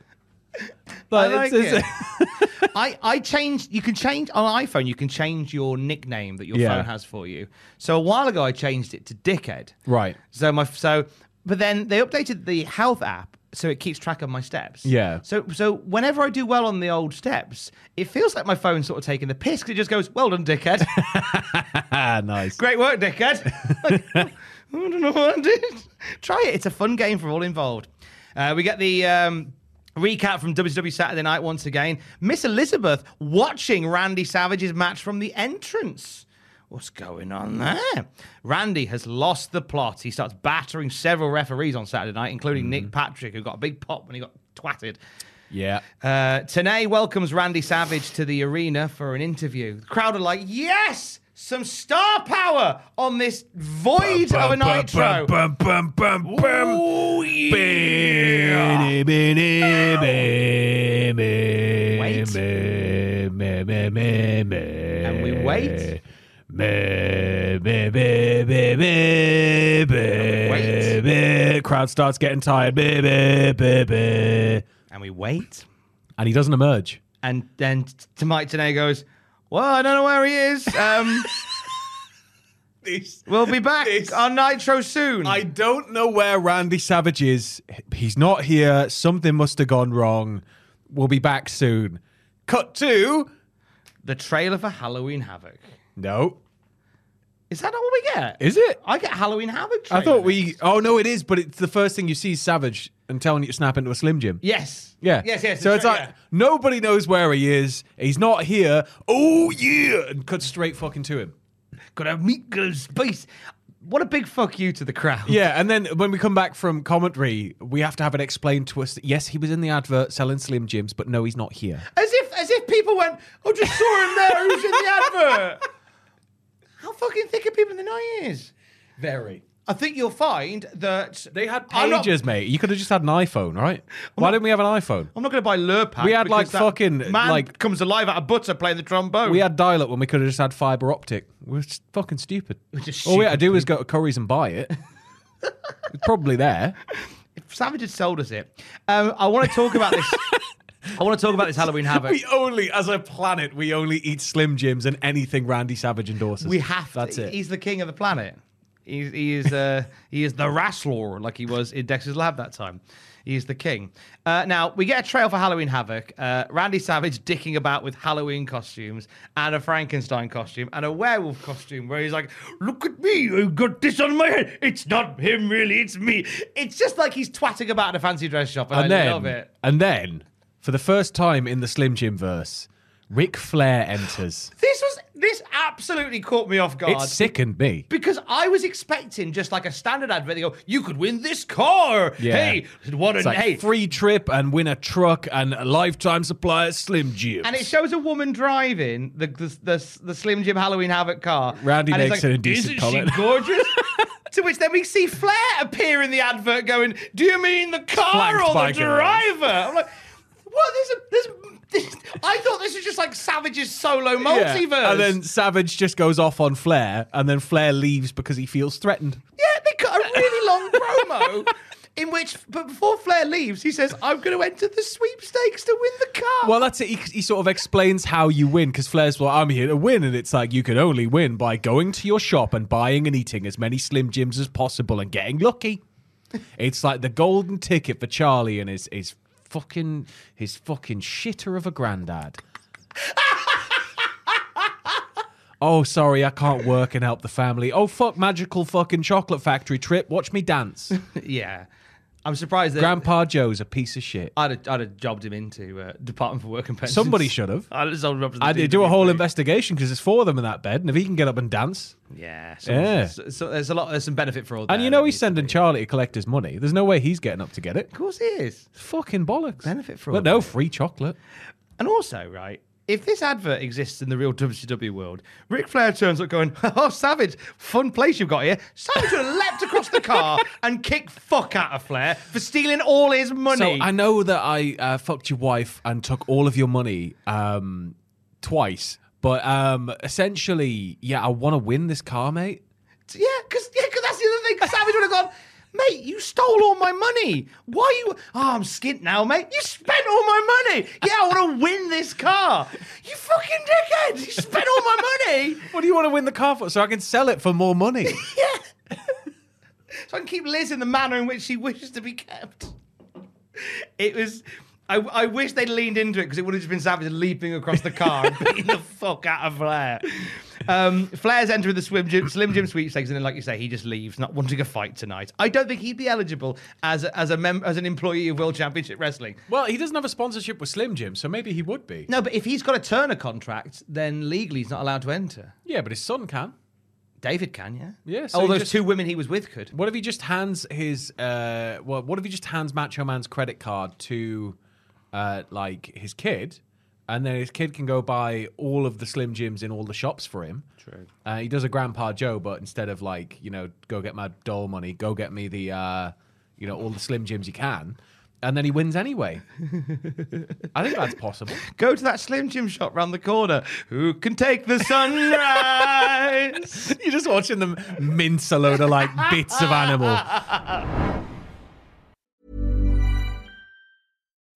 E: I
F: But
E: like
F: it's-
E: it.
F: it's-
E: I, I changed. You can change on iPhone. You can change your nickname that your
F: Yeah.
E: phone has for you. So a while ago, I changed it to Dickhead.
F: Right.
E: So my so, but then they updated the health app, so it keeps track of my steps.
F: Yeah.
E: So so whenever I do well on the old steps, it feels like my phone's sort of taking the piss 'cause it just goes, "Well done, Dickhead.
F: ah, nice.
E: Great work, Dickhead." Like, I don't know what I did. Try it. It's a fun game for all involved. Uh, we get the. Um, Recap from WCW Saturday Night once again. Miss Elizabeth watching Randy Savage's match from the entrance. What's going on there? Randy has lost the plot. He starts battering several referees on Saturday night, including Nick Patrick, who got a big pop when he got twatted.
F: Yeah.
E: Uh, Tanay welcomes Randy Savage to the arena for an interview. The crowd are like, yes, some star power on this void of a nitro.
F: Bum, bum, bum, bum, bum. Bidi, bidi, bidi, bidi,
E: Wait.
F: bidi, bidi, bidi, bidi.
E: And we wait.
F: Bidi, bidi, bidi, bidi,
E: wait.
F: bidi. Crowd starts getting tired. Bidi, bidi, bidi.
E: And we wait.
F: And he doesn't emerge.
E: And then t- to Mike Tanay goes, well, I don't know where he is. Um, we'll be back on Nitro soon.
F: I don't know where Randy Savage is. He's not here. Something must have gone wrong. We'll be back soon. Cut to.
E: the trailer for Halloween Havoc.
F: No.
E: Is that not what we get?
F: Is it?
E: I get Halloween Havoc.
F: I
E: Trailer
F: thought we.
E: next.
F: Oh, no, it is, but it's the first thing you see is Savage and telling you to snap into a Slim Jim.
E: Yes.
F: Yeah.
E: Yes. Yes.
F: So
E: the
F: it's
E: tra-
F: like
E: yeah.
F: nobody knows where he is. He's not here. Oh, yeah. And cuts straight fucking to him.
E: gotta have meat, gotta have space. What a big fuck you to the crowd.
F: Yeah, and then when we come back from commentary, we have to have it explained to us that yes, he was in the advert selling Slim Jims, but no, he's not here.
E: As if as if people went, I just saw him there, who's in the advert? How fucking thick are people in the nineties?
F: Very.
E: I think you'll find that
F: They had
E: I'm not-
F: pages, mate. You could have just had an iPhone, right? Why didn't we have an iPhone?
E: I'm not going to buy Lurpak.
F: We had,
E: because
F: like,
E: that
F: fucking,
E: man
F: like-
E: comes alive out of butter playing the trombone.
F: We had dial up when we could have just had fiber optic. We're just fucking stupid.
E: just
F: All we had to
E: stupid
F: do was go to Curry's and buy it. It's probably there.
E: Savage had sold us it. Um, I want to talk about this. I want to talk about this Halloween Havoc.
F: We only, as a planet, we only eat Slim Jims and anything Randy Savage endorses.
E: We have to.
F: That's it.
E: He's the king of the planet. He's, he is uh, he is the Raslor, like he was in Dexter's lab that time. He is the king. Uh, now we get a trail for Halloween Havoc. Uh, Randy Savage dicking about with Halloween costumes and a Frankenstein costume and a werewolf costume, where he's like, "Look at me, I've got this on my head. It's not him, really. It's me." It's just like he's twatting about in a fancy dress shop, and,
F: and
E: I
F: then,
E: love it.
F: and then, for the first time in the Slim Jim verse, Ric Flair enters.
E: This was this absolutely caught me off guard.
F: it sickened me.
E: Because I was expecting just like a standard advert. They go, "You could win this car.
F: Yeah.
E: Hey, what a
F: It's like
E: hey!"
F: free trip and win a truck and a lifetime supply of Slim Jims.
E: and it shows a woman driving the the, the, the Slim Jim Halloween Havoc car.
F: Randy
E: and it's
F: makes
E: like,
F: an indecent
E: Isn't
F: comment."
E: she gorgeous? to which then we see Flair appear in the advert, going, "Do you mean the car
F: Flanked
E: or
F: by
E: the
F: girls.
E: driver?" I'm like, "What? There's a there's." This, I thought this was just like Savage's solo
F: Yeah.
E: multiverse.
F: And then Savage just goes off on Flair, and then Flair leaves because he feels threatened.
E: Yeah, they cut a really long promo in which, but before Flair leaves, he says, "I'm going to enter the sweepstakes to win the car."
F: Well, that's it. He, he sort of explains how you win because Flair's well, I'm here to win, and it's like you can only win by going to your shop and buying and eating as many Slim Jims as possible and getting lucky. it's like the golden ticket for Charlie and his his fucking his fucking shitter of a granddad. oh, sorry, I can't work and help the family. Oh fuck, magical fucking chocolate factory trip. Watch me dance.
E: yeah, I'm surprised that
F: Grandpa Joe's a piece of shit.
E: I'd have, I'd have jobbed him into uh, Department for Work and Pensions.
F: Somebody should have.
E: I'd have sold him up to the
F: I did do a whole
E: DWP.
F: investigation because it's four of them in that bed, and if he can get up and dance,
E: Yeah,
F: Yeah.
E: yeah. So, so there's a lot. There's some benefit for all.
F: and you know he's sending Charlie to collect his money. There's no way he's getting up to get it.
E: Of course, he is.
F: Fucking bollocks.
E: Benefit for
F: But
E: all
F: no
E: that.
F: free chocolate.
E: And also, right, if this advert exists in the real WCW world, Ric Flair turns up going, Oh, Savage, fun place you've got here. Savage would have leapt across the car and kicked fuck out of Flair for stealing all his money.
F: So I know that I uh, fucked your wife and took all of your money um, twice, but um, essentially, yeah, I want to win this car, mate.
E: yeah, because that's the other thing. Savage would have gone, Mate, you stole all my money. Why you? Oh, I'm skint now, mate. You spent all my money. Yeah, I want to win this car. You fucking dickhead. You spent all my money.
F: What do you want to win the car for? So I can sell it for more money.
E: so I can keep Liz in the manner in which she wishes to be kept. It was. I, I wish they'd leaned into it because it would have just been Savage leaping across the car and beating the fuck out of Flair. Um, Flair's entering the swim gym, Slim Jim sweepstakes, and then, like you say, he just leaves, not wanting a fight tonight. I don't think he'd be eligible as a, as a mem- as an employee of World Championship Wrestling.
F: well, he doesn't have a sponsorship with Slim Jim, so maybe he would be.
E: No, but if he's got a Turner contract, then legally he's not allowed to enter.
F: Yeah, but his son can.
E: David can, yeah,
F: Yeah, so
E: All
F: he
E: those
F: just-
E: two women he was with could.
F: What if he just hands his uh well what if he just hands Macho Man's credit card to uh like his kid and then his kid can go buy all of the Slim Jims in all the shops for him. True. Uh, he does a grandpa Joe, but instead of like, you know, go get my doll money, go get me the uh you know, all the Slim Jims you can. And then he wins anyway. I think that's possible.
E: Go to that Slim Jim shop round the corner. Who can take the sunrise?
F: You're just watching them mince a load of like bits of animal.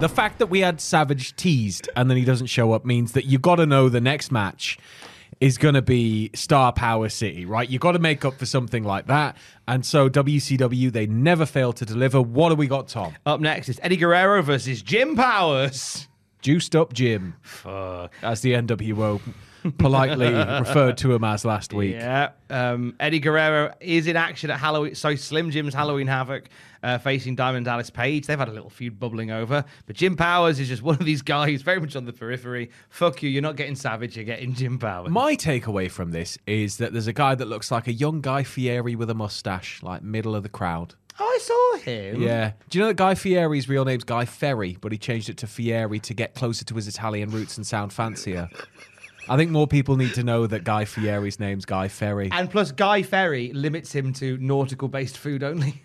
F: The fact that we had Savage teased and then he doesn't show up means that you got to know the next match is going to be Star Power City, right? You got to make up for something like that. And so WCW, they never fail to deliver. What do we got, Tom?
E: Up next is Eddie Guerrero versus Jim Powers.
F: Juiced up Jim,
E: Fuck.
F: as the NWO politely referred to him as last week.
E: Yeah. Um, Eddie Guerrero is in action at Halloween. So Slim Jim's Halloween Havoc uh, facing Diamond Dallas Page. They've had a little feud bubbling over. But Jim Powers is just one of these guys very much on the periphery. Fuck you. You're not getting Savage. You're getting Jim Powers.
F: My takeaway from this is that there's a guy that looks like a young Guy Fieri with a mustache, like middle of the crowd.
E: oh, I saw him.
F: Yeah. Do you know that Guy Fieri's real name's Guy Ferry, but he changed it to Fieri to get closer to his Italian roots and sound fancier? I think more people need to know that Guy Fieri's name's Guy Ferry.
E: And plus, Guy Ferry limits him to nautical based food only.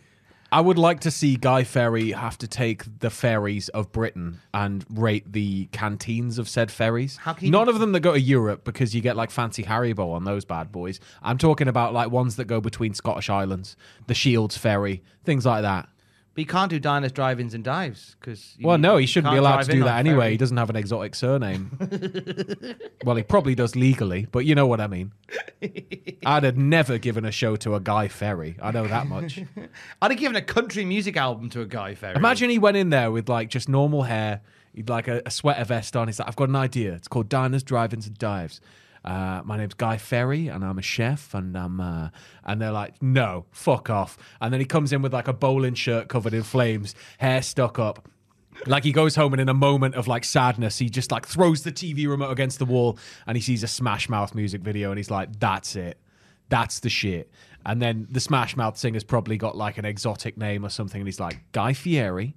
F: I would like to see Guy Ferry have to take the ferries of Britain and rate the canteens of said ferries.
E: How can you
F: None
E: do-
F: of them that go to Europe because you get like fancy Haribo on those bad boys. I'm talking about like ones that go between Scottish islands, the Shields ferry, things like that.
E: But you can't do diners, drive ins, and dives. because
F: Well, no, he shouldn't be allowed to do that anyway. He
E: doesn't.
F: doesn't have an exotic surname. well, he probably does legally, but you know what I mean. I'd have never given a show to a Guy Ferry. I know that much.
E: I'd have given a country music album to a Guy Ferry.
F: Imagine he went in there with like just normal hair, he'd like a, a sweater vest on. He's like, I've got an idea. It's called Diners, Drive-ins, and Dives. Uh, my name's Guy Ferry, and I'm a chef, and I'm, uh, and they're like, no, fuck off. And then he comes in with like a bowling shirt covered in flames, hair stuck up. Like he goes home, and in a moment of like sadness, he just like throws the TV remote against the wall, and he sees a Smash Mouth music video, and he's like, that's it. That's the shit. And then the Smash Mouth singer's probably got like an exotic name or something, and he's like, Guy Fieri.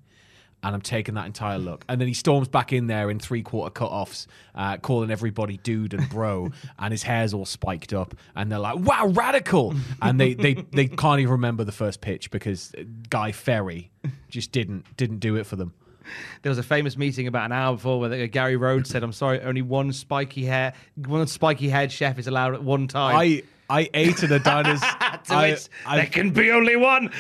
F: And I'm taking that entire look. And then he storms back in there in three quarter cutoffs, uh, calling everybody dude and bro. and his hair's all spiked up. And they're like, wow, radical. And they, they, they can't even remember the first pitch because Guy Ferry just didn't didn't do it for them.
E: There was a famous meeting about an hour before where Gary Rhodes said, "I'm sorry, only one spiky hair, one spiky haired chef is allowed at one time."
F: I, I ate at a diner's.
E: to
F: I-
E: which
F: I-
E: there can be only one.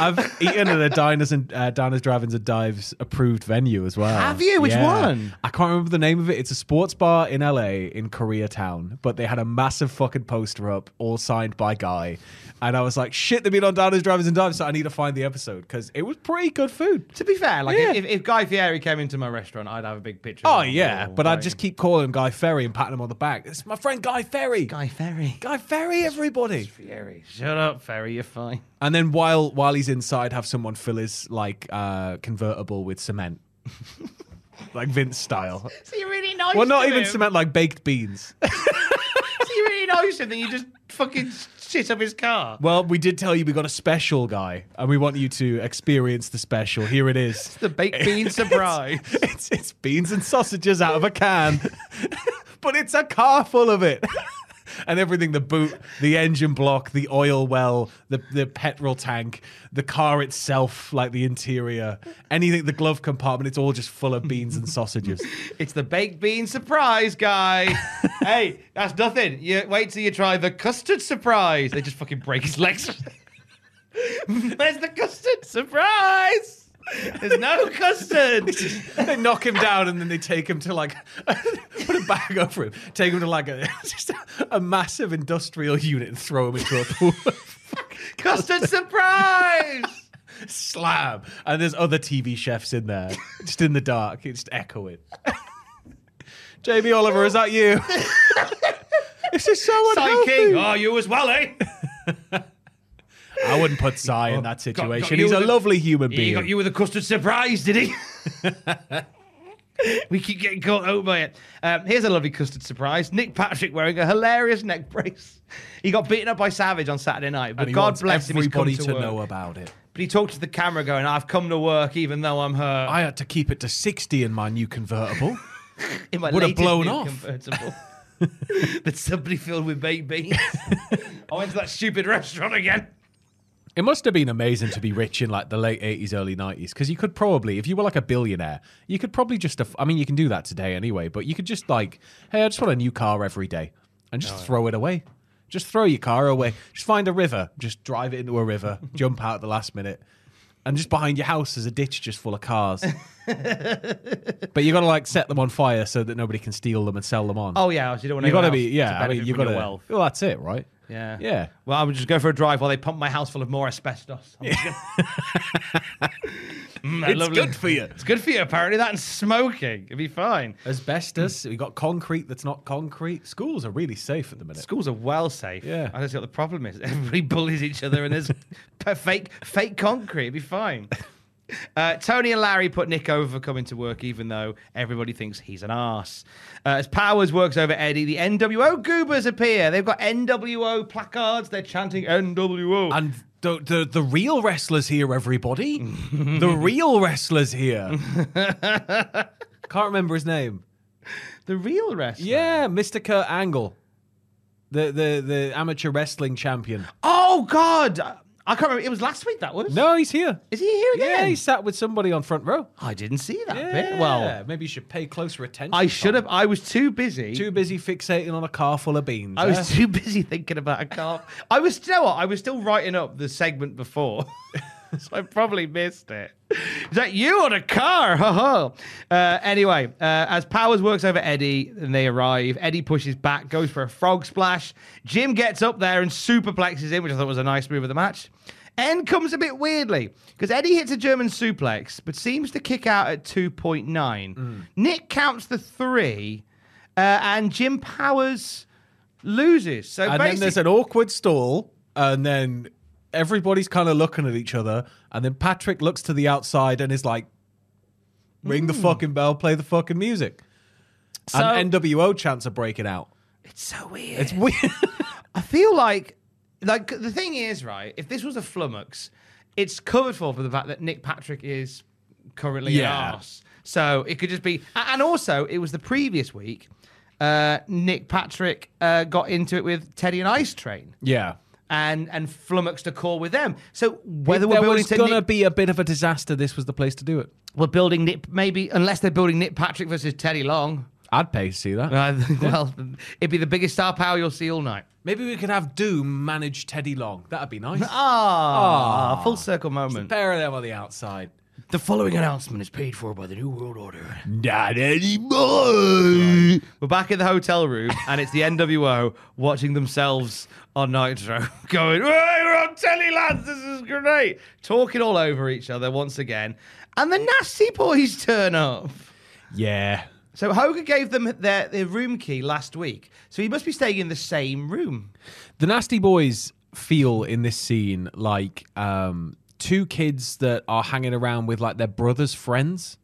F: I've eaten at a diners and uh, diners, drive-ins, and dives approved venue as well.
E: Have you? Which one?
F: I can't remember the name of it. It's a sports bar in LA in Koreatown, but they had a massive fucking poster up, all signed by Guy, and I was like, "Shit, they've been on diners, drive-ins, and dives." So I need to find the episode because it was pretty good food.
E: to be fair, like
F: Yeah.
E: if, if Guy Fieri came into my restaurant, I'd have a big picture.
F: Oh
E: of him on the
F: yeah,
E: wall,
F: but I'd
E: right?
F: just keep calling him Guy Ferry and patting him on the back. It's my friend Guy Ferry.
E: Guy Fieri.
F: Guy Ferry, everybody.
E: Fieri, shut up, Ferry. You're fine.
F: And then while while he's inside, have someone fill his like uh, convertible with cement, like Vince style.
E: So you're really nice.
F: Well, not
E: to
F: even
E: him.
F: cement, like baked beans.
E: So you're really nice, and then you just fucking shit up his car.
F: well, we did tell you we got a special guy, and we want you to experience the special. Here it is.
E: The baked bean surprise.
F: It's, it's beans and sausages out of a can, but it's a car full of it. And everything the boot, the engine block, the oil well, the, the petrol tank, the car itself, like the interior, anything, the glove compartment, it's all just full of beans and sausages.
E: It's the baked bean surprise, guy. hey, that's nothing. You wait till you try the custard surprise. They just fucking break his legs. There's the custard surprise. There's no custard.
F: they knock him down and then they take him to like put a bag over him, take him to like a just a, a massive industrial unit and throw him into a pool
E: custard surprise.
F: slab. And there's other TV chefs in there, just in the dark, it's just echoing. Jamie Oliver, is that you? this is so
E: Psy King.
F: unhealthy.
E: Oh, you as well, eh?
F: I wouldn't put Psy in that
E: got
F: situation.
E: Oh, you
F: He's a
E: with a-
F: lovely human
E: He
F: being.
E: got you with a custard surprise, did he? we keep getting caught out by it. Um, here's a lovely custard surprise. Nick Patrick wearing a hilarious neck brace. He got beaten up by Savage on Saturday night, but
F: and he
E: God
F: wants
E: bless him. He's come
F: everybody
E: to,
F: to
E: work.
F: know about it.
E: But he talked to the camera, going, "I've come to work, even though I'm hurt."
F: I had to keep it to 60 in my new convertible.
E: in my
F: Would have
E: latest
F: blown
E: new
F: off.
E: Convertible. that somebody filled with baked beans. I went to that stupid restaurant again.
F: It must have been amazing to be rich in like the late 80s, early 90s, because you could probably, if you were like a billionaire, you could probably just, aff- I mean, you can do that today anyway, but you could just like, hey, I just want a new car every day and just throw it away. Just throw your car away. Just find a river. Just drive it into a river. jump out at the last minute. And just behind your house is a ditch just full of cars. but you got to like set them on fire so that nobody can steal them and sell them on.
E: Oh yeah, so you don't want
F: you got
E: anyone
F: to
E: else
F: be,
E: to
F: yeah. I mean,
E: benefit
F: you
E: from
F: got to.
E: your wealth.
F: Well, that's it, right?
E: Yeah.
F: Yeah.
E: Well, I would just go for a drive while they pump my house full of more asbestos. I'm just gonna- Mm, that
F: It's good for you.
E: It's good for you, apparently. That and smoking. It'd be fine.
F: Asbestos. We got concrete that's not concrete. Schools are really safe at the minute.
E: Schools are well safe.
F: Yeah.
E: I don't see what the problem is. Everybody bullies each other and there's pe- fake fake concrete. It'd be fine. Uh, Tony and Larry put Nick over for coming to work, even though everybody thinks he's an ass. Uh, as Powers works over Eddie, the NWO goobers appear. They've got NWO placards. They're chanting NWO.
F: And the, the the real wrestlers here, everybody. the real wrestlers here. Can't remember his name.
E: the real wrestler.
F: Yeah, Mr. Kurt Angle, the the the amateur wrestling champion.
E: Oh God, I can't remember. It was last week. That was.
F: No, he's here.
E: Is he here again?
F: Yeah, he sat with somebody on front row.
E: I didn't see that
F: Yeah,
E: bit. Well,
F: maybe you should pay closer attention.
E: I should have.
F: Tom.
E: I was too busy.
F: Too busy fixating on a car full of beans.
E: I was
F: eh?
E: too busy thinking about a car. I was still. You know what? I was still writing up the segment before. So I probably missed it. Is that you on a car? Ha ha. Uh, anyway, uh, as Powers works over Eddie and they arrive, Eddie pushes back, goes for a frog splash. Jim gets up there and superplexes him, which I thought was a nice move of the match. End comes a bit weirdly because Eddie hits a German suplex but seems to kick out at 2.9. Nick counts the three uh, and Jim Powers loses. So
F: and then
E: basically,
F: there's an awkward stall, and then everybody's kind of looking at each other, and then Patrick looks to the outside and is like, "Ring the fucking bell, play the fucking music." and NWO chants are breaking out.
E: it's so weird.
F: It's weird.
E: I feel like, like the thing is, right? If this was a flummox, it's covered for for the fact that Nick Patrick is currently
F: Yeah.
E: an arse. So it could just be, a- and also it was the previous week. Uh, Nick Patrick uh, got into it with Teddy and Ice Train,
F: yeah.
E: and and flummoxed a call with them. So whether
F: If
E: we're
F: there
E: building
F: was
E: to
F: gonna
E: Nick,
F: be a bit of a disaster, this was the place to do it.
E: we're building Nick maybe unless they're building Nick Patrick versus Teddy Long.
F: I'd pay to see that.
E: Uh, well, it'd be the biggest star power you'll see all night.
F: Maybe we could have Doom manage Teddy Long. That'd be nice.
E: Ah, full circle
F: Just a
E: moment.
F: pair of them on the outside.
E: The following announcement is paid for by the New World Order.
F: Not anymore.
E: We're back in the hotel room, and it's the NWO watching themselves on Nitro, going, hey, we're on telly, lads, this is great. Talking all over each other once again. And the nasty boys turn up.
F: Yeah.
E: So Hogan gave them their, their room key last week, so he must be staying in the same room.
F: The Nasty Boys feel in this scene like um, two kids that are hanging around with like their brother's friends,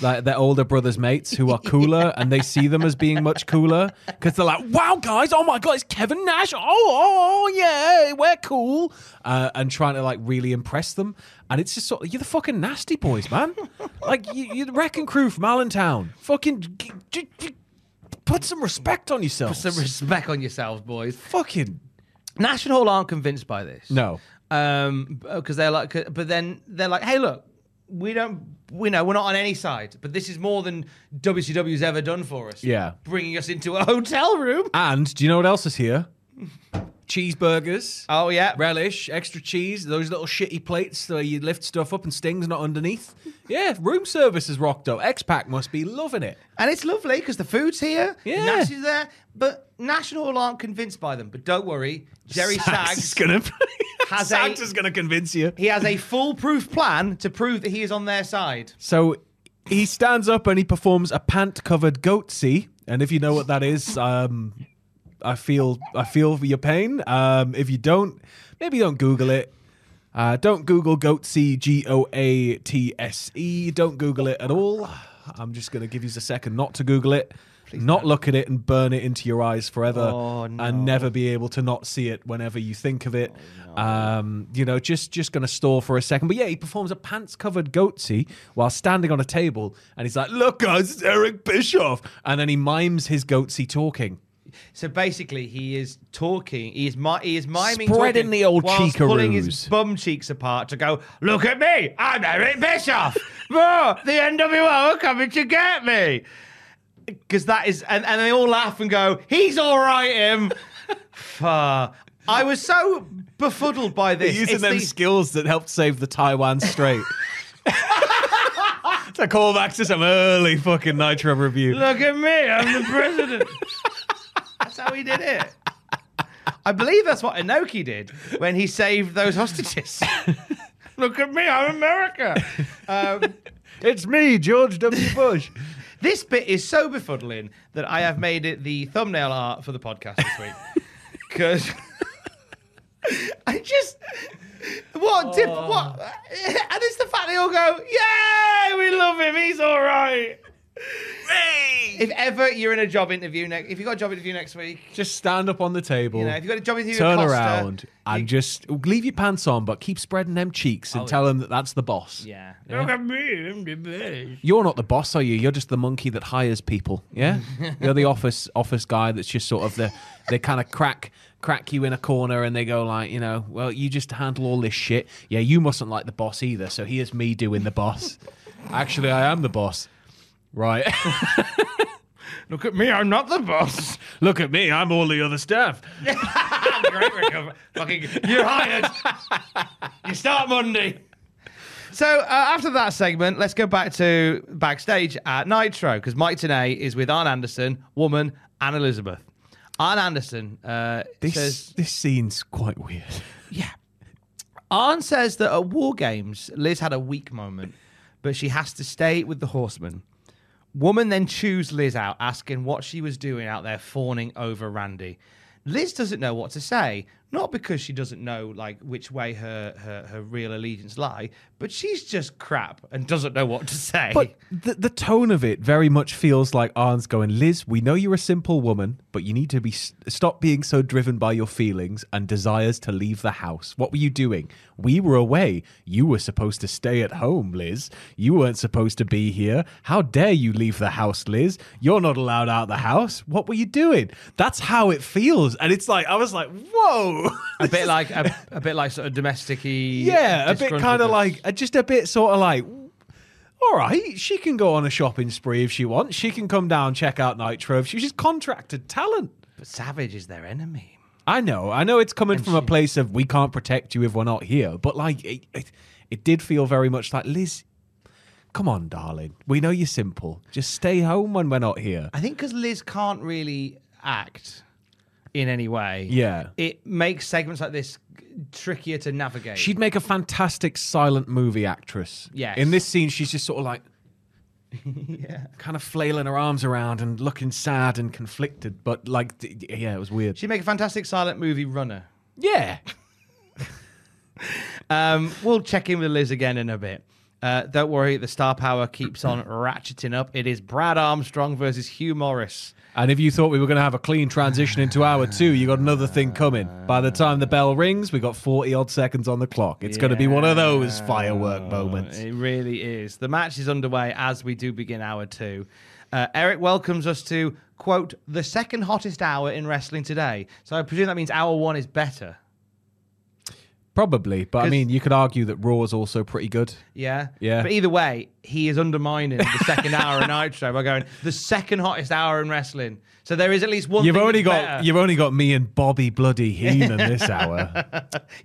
F: like their older brother's mates who are cooler, and they see them as being much cooler because they're like, "Wow, guys! Oh my god, it's Kevin Nash! Oh, oh, oh yeah, we're cool!" Uh, and trying to like really impress them, and it's just sort of you're the fucking Nasty Boys, man. like you, you're the wrecking crew from Allentown. Fucking. g- g- g- Put some respect on yourself.
E: Some respect on yourselves, boys.
F: fucking
E: Nash and Hall aren't convinced by this.
F: No.
E: um, because they're like, but then they're like, hey, look, we don't, we know we're not on any side, but this is more than WCW's ever done for us.
F: Yeah.
E: bringing us into a hotel room.
F: And do you know what else is here? Cheeseburgers.
E: Oh yeah,
F: Relish, extra cheese, those little shitty plates that you lift stuff up and stings not underneath. Yeah, room service is rocked up. X-Pac must be loving it.
E: and it's lovely because the food's here.
F: Yeah.
E: Nash is there, but Nash and Hall aren't convinced by them. But don't worry, Jerry Sags.
F: gonna
E: Has
F: Sags
E: a-
F: is gonna convince you.
E: He has a foolproof plan to prove that he is on their side.
F: So he stands up and he performs a pant-covered goatsey. And if you know what that is, um, I feel I feel for your pain. Um, if you don't, maybe don't Google it. Uh, don't Google goatsey, G O A T S E. Don't Google it at all. I'm just going to give you a second not to Google it, not look at it, and burn it into your eyes forever, and never be able to not see it whenever you think of it. um, you know, just just going to stall for a second. But yeah, he performs a pants covered goatsey while standing on a table, and he's like, "Look, guys, it's Eric Bischoff," and then he mimes his goatsey talking.
E: So basically, he is talking. He is mi- he is miming,
F: Spreading
E: talking
F: the old
E: whilst pulling his
F: cheekeroos.
E: bum cheeks apart to go. Look at me! I'm Eric Bischoff. Bro, the NWO are coming to get me. Because that is, and, and they all laugh and go, "He's all right, him." Fuh. I was so befuddled by
F: They're
E: this.
F: using
E: It's
F: them
E: the-
F: skills that helped save the Taiwan Strait. it's a callback to some early fucking Nitro review.
E: Look at me, I'm the president. that's how he did it. I believe that's what Inoki did when he saved those hostages. Look at me, I'm America. Um,
F: It's me, George W. Bush.
E: this bit is so befuddling that I have made it the thumbnail art for the podcast this week. Because I just. What dip? What? And it's the fact they all go, "Yay, we love him. He's all right." If ever you're in a job interview next, if you have got a job interview next week,
F: just stand up on the table.
E: you know, if you have got a job interview,
F: turn
E: at Costa,
F: around and just leave your pants on, but keep spreading them cheeks and tell them that that's the boss.
E: Oh, yeah,
F: Look at me, You're not the boss, are you? You're just the monkey that hires people. Yeah, you're the office office guy that's just sort of the they kind of crack crack you in a corner and they go like, you know, well, you just handle all this shit. Yeah, you mustn't like the boss either. So here's me doing the boss. Actually, I am the boss. Right.
E: look at me, I'm not the boss.
F: Look at me. I'm all the other staff.
E: Great recovery. Fucking, you're hired. you start Monday. So uh, after that segment, let's go back to backstage at Nitro because Mike Tenay is with Arn Anderson, woman, and Elizabeth. Arn Anderson uh,
F: This
E: says,
F: this scene's quite weird.
E: "Yeah." Arn says that at War Games, Liz had a weak moment, but she has to stay with the Horsemen. Woman then chews Liz out, asking what she was doing out there fawning over Randy. Liz doesn't know what to say, not because she doesn't know like which way her her, her real allegiance lie, but she's just crap and doesn't know what to say.
F: But the, the tone of it very much feels like Arn's going, Liz, we know you're a simple woman, but you need to be stop being so driven by your feelings and desires to leave the house. What were you doing? We were away. You were supposed to stay at home, Liz. You weren't supposed to be here. How dare you leave the house, Liz? You're not allowed out of the house. What were you doing? That's how it feels. And it's like I was like, whoa.
E: a bit like a, a bit like sort of domestic
F: Yeah, a bit kind of like, uh, just a bit sort of like, all right, she can go on a shopping spree if she wants. She can come down, check out Nitro. If she- She's contracted talent.
E: but Savage is their enemy.
F: I know, I know it's coming from a place of we can't protect you if we're not here, but like, it, it, it did feel very much like, Liz, come on, darling. We know you're simple. Just stay home when we're not here.
E: I think because Liz can't really act in any way.
F: Yeah.
E: It makes segments like this trickier to navigate.
F: She'd make a fantastic silent movie actress.
E: Yes.
F: In this scene, she's just sort of like, kind of flailing her arms around and looking sad and conflicted. But like, d- d- yeah, it was weird.
E: She'd make a fantastic silent movie runner.
F: yeah.
E: Um, we'll check in with Liz again in a bit. Uh, don't worry, the star power keeps on ratcheting up. It is Brad Armstrong versus Hugh Morris.
F: And if you thought we were going to have a clean transition into hour two, you got another thing coming. By the time the bell rings, we got 40 odd seconds on the clock. It's going to be one of those firework moments.
E: It really is. The match is underway as we do begin hour two. Uh, Eric welcomes us to, quote, the second hottest hour in wrestling today. So I presume that means hour one is better.
F: Probably, but I
E: 'Cause-
F: mean, you could argue that Raw is also pretty good.
E: Yeah.
F: Yeah.
E: But either way, he is undermining the second hour of Nitro by going the second hottest hour in wrestling. So there is at least one.
F: You've
E: thing
F: only
E: that's
F: got
E: better.
F: you've only got me and Bobby Bloody Heenan this hour.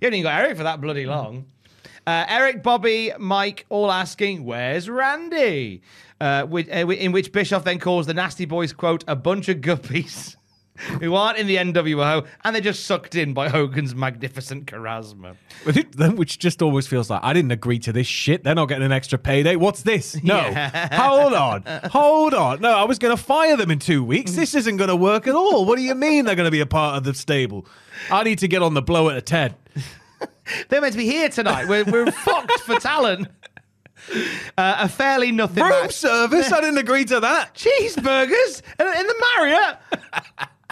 E: You only got Eric for that bloody long. Uh, Eric, Bobby, Mike, all asking, "Where's Randy?" Uh, which, uh, in which Bischoff then calls the Nasty Boys quote a bunch of guppies who aren't in the NWO and they're just sucked in by Hogan's magnificent charisma.
F: Which just always feels like I didn't agree to this shit. They're not getting an extra payday. What's this? No, hold on, hold on. No, I was going to fire them in two weeks. This isn't going to work at all. What do you mean they're going to be a part of the stable? I need to get on the blow at a ten.
E: They're meant to be here tonight. We're, we're fucked for talent. Uh, a fairly nothing
F: Room
E: match.
F: service. I didn't agree to that.
E: cheeseburgers in, in the Marriott.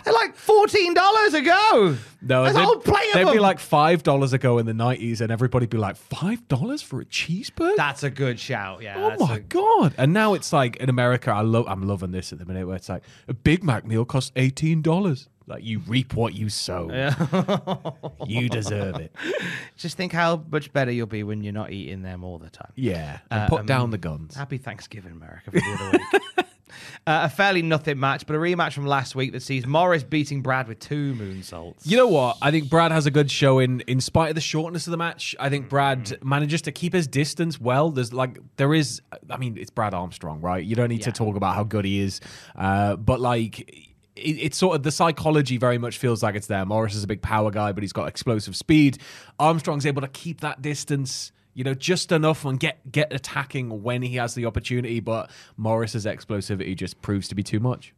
E: They're like fourteen dollars a go.
F: No,
E: There's a
F: they'd-
E: whole plate
F: they'd
E: of
F: be
E: them.
F: like five dollars ago in the nineties, and everybody'd be like five dollars for a cheeseburger.
E: That's a good shout. Yeah.
F: oh
E: that's
F: my
E: a-
F: god! And now it's like in America, I love, I'm loving this at the minute, where it's like a Big Mac meal costs eighteen dollars. Like you reap what you sow. you deserve it.
E: Just think how much better you'll be when you're not eating them all the time.
F: Yeah, and put
E: um,
F: down the guns.
E: Happy Thanksgiving, America, for the other week. Uh, a fairly nothing match, but a rematch from last week that sees Morris beating Brad with two moonsaults.
F: You know what? I think Brad has a good showing in spite of the shortness of the match. I think Brad manages to keep his distance well. There's like there is I mean, it's Brad Armstrong, right? You don't need to talk about how good he is. Uh, but like it, it's sort of the psychology very much feels like it's there. Morris is a big power guy, but he's got explosive speed. Armstrong's able to keep that distance, you know, just enough and get get attacking when he has the opportunity, but Morris's explosivity just proves to be too much.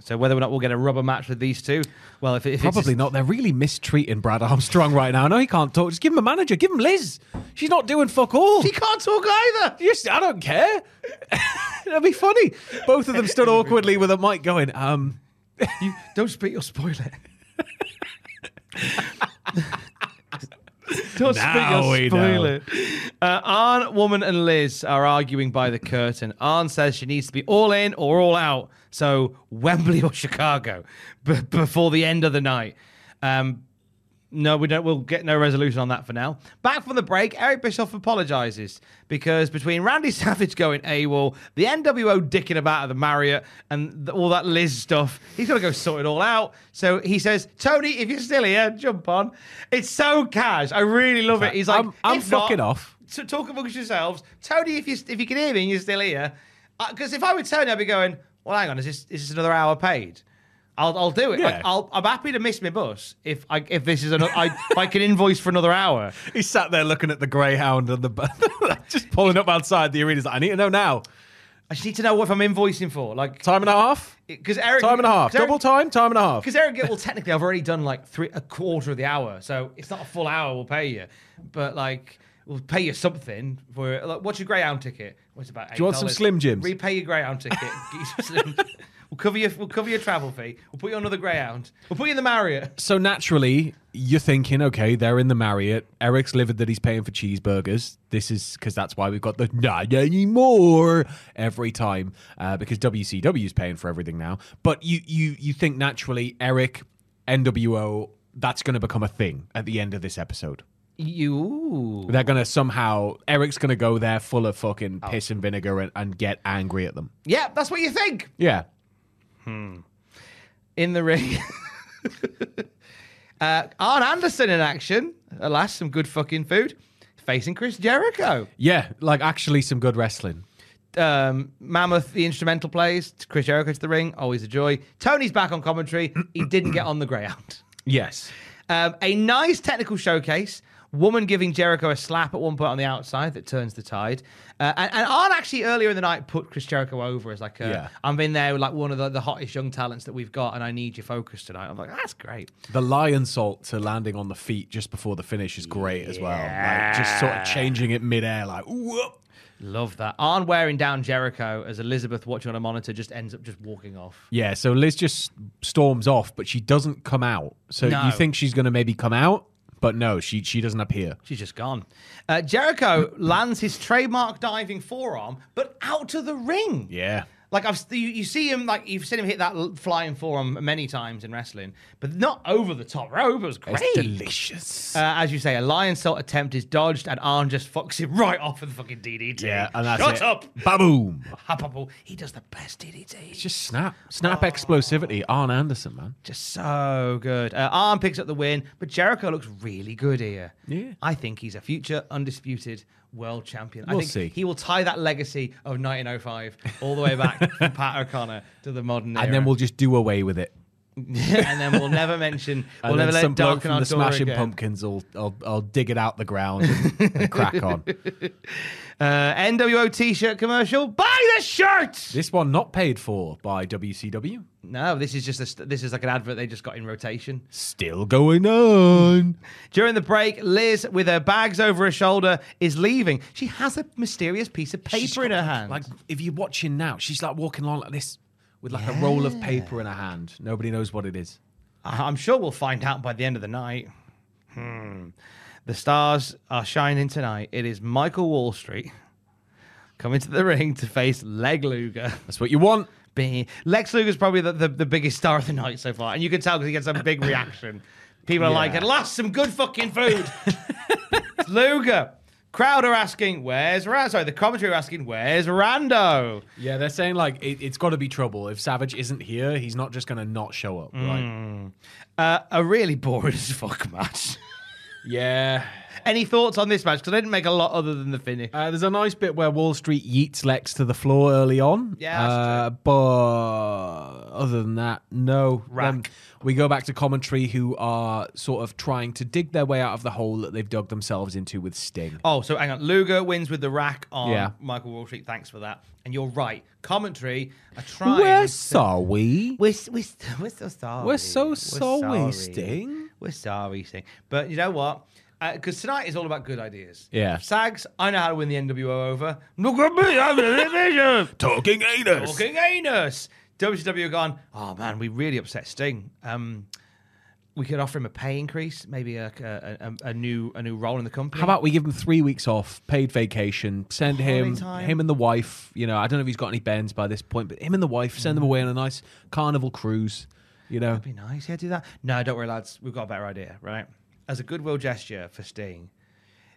E: So whether or not we'll get a rubber match with these two, well, if, if
F: Probably
E: it's,
F: not. They're really mistreating Brad Armstrong right now. No, he can't talk. Just give him a manager. Give him Liz. She's not doing fuck all.
E: he can't talk either.
F: Just, I don't care. It'll be funny. Both of them stood awkwardly with a mic going, um,
E: You don't speak. You'll spoil it. don't
F: Now
E: speak.
F: we
E: You'll spoil
F: know.
E: it. Uh, Arn, woman, and Liz are arguing by the curtain. Arn says she needs to be all in or all out. So Wembley or Chicago b- before the end of the night. Um, no, we don't. We'll get no resolution on that for now. Back from the break, Eric Bischoff apologizes because between Randy Savage going AWOL, the NWO dicking about at the Marriott, and th- all that Liz stuff, he's got to go sort it all out. So he says, Tony, if you're still here, jump on. It's so cash. I really love it. He's like,
F: I'm- I'm
E: "If not,
F: fucking off."
E: So talk amongst yourselves. Tony, if you if you can hear me and you're still here, because if I were Tony, I'd be going, well, hang on, is this is this another hour paid? I'll, I'll do it. Like,
F: Yeah.
E: I'll, I'm happy to miss my bus if I if this is another I, if I can invoice for another hour.
F: he sat there looking at the Greyhound and the just pulling up outside the arena. He's like, I need to know now.
E: I just need to know what I'm invoicing for, like
F: Time and a half?
E: because Eric
F: Time and a half. Double time, time and a half.
E: Because Eric, well, technically, I've already done like three a quarter of the hour, so it's not a full hour. We'll pay you, but like we'll pay you something for like, what's your Greyhound ticket? What's about? $8?
F: you want some Slim Jims?
E: Repay your Greyhound ticket. Get you some Slim Jims. We'll cover your we'll cover your travel fee. We'll put you on another Greyhound. We'll put you in the Marriott.
F: So naturally, you're thinking, okay, they're in the Marriott. Eric's livid that he's paying for cheeseburgers. This is because that's why we've got the not anymore every time uh, because WCW's paying for everything now. But you you you think naturally, Eric, NWO, that's going to become a thing at the end of this episode.
E: You.
F: They're going to somehow Eric's going to go there full of fucking piss and vinegar and, and get angry at them.
E: Yeah, that's what you think.
F: Yeah.
E: in the ring. uh, Arn Anderson in action. Alas, some good fucking food. Facing Chris Jericho.
F: Yeah, like actually some good wrestling.
E: Um, Mammoth, the instrumental plays. Chris Jericho to the ring. Always a joy. Tony's back on commentary. He didn't get on the ground.
F: Yes.
E: Um, a nice technical showcase. Woman giving Jericho a slap at one point on the outside that turns the tide. Uh, and, and Arn actually earlier in the night put Chris Jericho over as like, a,
F: Yeah.
E: I'm in there with like one of the, the hottest young talents that we've got and I need your focus tonight. I'm like, that's great.
F: The lion salt to landing on the feet just before the finish is great as well. Like just sort of changing it midair, like whoop.
E: Love that. Arn wearing down Jericho as Elizabeth watching on a monitor just ends up just walking off.
F: Yeah, so Liz just storms off, but she doesn't come out. So
E: No.
F: you think she's gonna maybe come out, but no, she she doesn't appear.
E: She's just gone. Uh, Jericho lands his trademark diving forearm, but out to the ring.
F: Yeah.
E: Like I've you, you see him like you've seen him hit that l- flying forearm many times in wrestling, but not over the top rope. It was great.
F: It's delicious.
E: Uh, as you say, a lion salt attempt is dodged, and Arn just fucks him right off with the fucking DDT.
F: yeah, and that's
E: Shut
F: it.
E: up.
F: Baboom.
E: Hubbubble. He does the best DDT.
F: It's just snap. Snap
E: Oh.
F: explosivity. Arn Anderson, man.
E: Just so good. Uh, Arn picks up the win, but Jericho looks really good here.
F: Yeah.
E: I think he's a future undisputed world champion. I
F: We'll
E: think
F: see.
E: he will tie that legacy of 1905 all the way back from Pat O'Connor to the modern
F: And
E: era.
F: then we'll just do away with it.
E: and then we'll never mention
F: And
E: we'll never
F: then
E: let
F: some
E: it
F: bloke from
E: darken our
F: the
E: door
F: Smashing
E: again.
F: Pumpkins will, will, will dig it out the ground and, and crack on.
E: Uh, NWO t-shirt commercial. Buy the shirt.
F: This one not paid for by WCW.
E: No, this is just a, st- this is like an advert they just got in rotation.
F: Still going on.
E: During the break, Liz, with her bags over her shoulder, is leaving. She has a mysterious piece of paper in her hand.
F: Like if you're watching now, she's like walking along like this. with with like a roll of paper in a hand. Nobody knows what it is.
E: I- Uh, I'm sure we'll find out by the end of the night. Hmm. The stars are shining tonight. It is Michael Wall Street coming to the ring to face Leg Luger.
F: That's what you want.
E: Being Lex Luger's probably the, the, the biggest star of the night so far, and you can tell because he gets a big reaction. People are like,
F: Yeah.
E: "At last, some good fucking food." It's Luger. Crowd are asking, "Where's Rando?" Sorry, the commentary are asking, "Where's Rando?"
F: Yeah, they're saying like it, it's got to be trouble. If Savage isn't here, he's not just going to not show up,
E: Mm.
F: right?
E: Uh, a really boring as fuck match.
F: Yeah.
E: Any thoughts on this match? Because I didn't make a lot other than the finish.
F: Uh, there's a nice bit where Wall Street yeets Lex to the floor early on.
E: Yeah, that's
F: uh, but other than that, no. Um,
E: Rack.
F: we go back to commentary, who are sort of trying to dig their way out of the hole that they've dug themselves into with Sting.
E: Oh, so hang on. Luger wins with the rack on
F: Yeah.
E: Michael Wall Street. Thanks for that. And you're right. Commentary are trying.
F: We're
E: to-
F: sorry.
E: We're, we're, we're so sorry.
F: We're so sorry, Sting.
E: We're sorry, Sting. But you know what? Because tonight is all about good ideas.
F: Yeah.
E: Sags, I know how to win the NWO over. Look at me, I'm the division.
F: Talking anus.
E: Talking anus. WCW have gone, oh man, we really upset Sting. Um, we could offer him a pay increase, maybe a, a, a, a new a new role in the company.
F: How about we give him three weeks off, paid vacation, send him
E: Holiday time.
F: him and the wife. You know, I don't know if he's got any bends by this point, but him and the wife send them away on a nice carnival cruise. You know,
E: Mm. Be nice. Yeah, do that. No, don't worry, lads. We've got a better idea, right? As a goodwill gesture for Sting,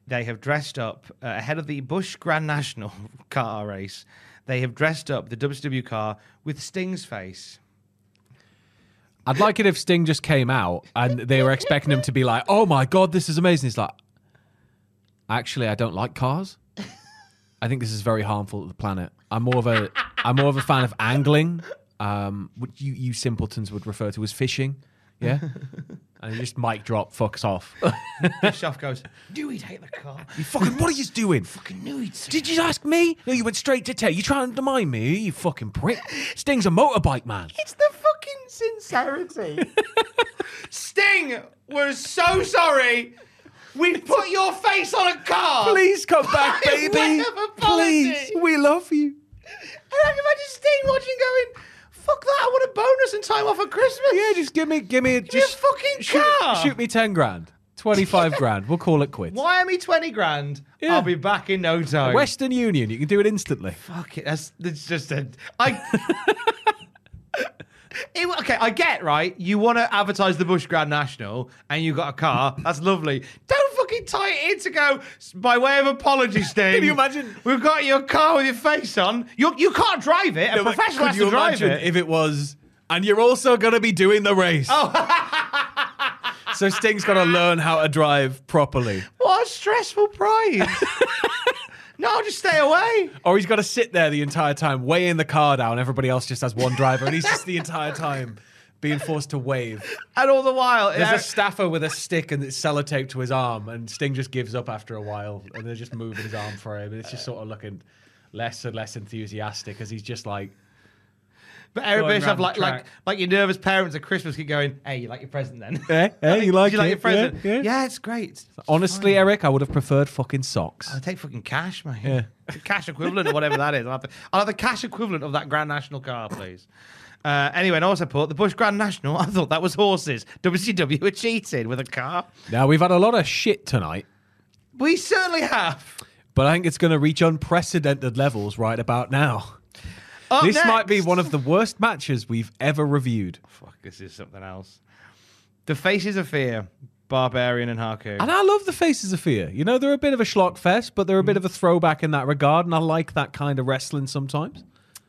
E: they have dressed up uh, ahead of the Bush Grand National car race. They have dressed up the WCW car with Sting's face.
F: I'd like it if Sting just came out and they were expecting him to be like, "Oh my god, this is amazing." He's like, "Actually, I don't like cars. I think this is very harmful to the planet. I'm more of a I'm more of a fan of angling, um, what you you simpletons would refer to as fishing." Yeah, and he just mic drop, fucks off.
E: Bischoff goes, "Do he'd hate the car?
F: You fucking, what are you doing? Fucking
E: knew he'd say
F: Did you ask me? No, you went straight to Ted. You trying to undermine me, you fucking prick. Sting's a motorbike man.
E: It's the fucking sincerity." Sting was so sorry. We put your face on a car.
F: Please come back,
E: By way
F: baby.
E: of apology.
F: Please, we love you.
E: And I can imagine Sting watching, going, "Fuck that! I want a bonus and time off at Christmas."
F: Yeah, just give me, give me,
E: me a
F: just
E: fucking
F: shoot,
E: car.
F: Shoot me ten grand, twenty five grand. We'll call it quits.
E: Why am I 20 grand?
F: Yeah.
E: I'll be back in no time.
F: Western Union, you can do it instantly.
E: Fuck it. That's, that's just a. I. It- okay, I get right. You want to advertise the Bush Grand National, and you got a car. That's lovely. Don't fucking tie it in to go "S- by way of apology, Steve.
F: Can you imagine?
E: We've got your car with your face on. You you can't drive it. A
F: No, but
E: professional has
F: could you
E: to drive
F: imagine
E: it.
F: if it was? And you're also gonna be doing the race. Oh. so Sting's gotta learn how to drive properly.
E: what a stressful prize. no, I'll just stay away.
F: Or he's got to sit there the entire time, weighing the car down. Everybody else just has one driver, and he's just the entire time being forced to wave.
E: And all the while,
F: There's a staffer with a stick and it's sellotaped to his arm, and Sting just gives up after a while, and they're just moving his arm for him. And it's just sort of looking less and less enthusiastic as he's just like,
E: But Eric
F: going
E: Bischoff,
F: round the
E: like, like,
F: track.
E: like your nervous parents at Christmas, keep going, "Hey, you like your present then?
F: Eh, eh, you like
E: you like
F: it,
E: your present?
F: yeah, yeah."
E: it's great. It's- it's
F: honestly,
E: fine.
F: Eric, I would have preferred fucking socks.
E: I'll take fucking cash, mate. cash equivalent or whatever that is. I'll have, the, I'll have the cash equivalent of that Grand National car, please. Uh, anyway, and also put the Bush Grand National. I thought that was horses. WCW were cheating with a car.
F: Now we've had a lot of shit tonight,
E: We certainly have.
F: but I think it's going to reach unprecedented levels right about now.
E: Up
F: this might be
E: next-
F: one of the worst matches we've ever reviewed.
E: Fuck, this is something else. The Faces of Fear, Barbarian and Haku.
F: And I love the Faces of Fear. You know, they're a bit of a schlock fest, but they're a bit of a throwback in that regard, and I like that kind of wrestling sometimes.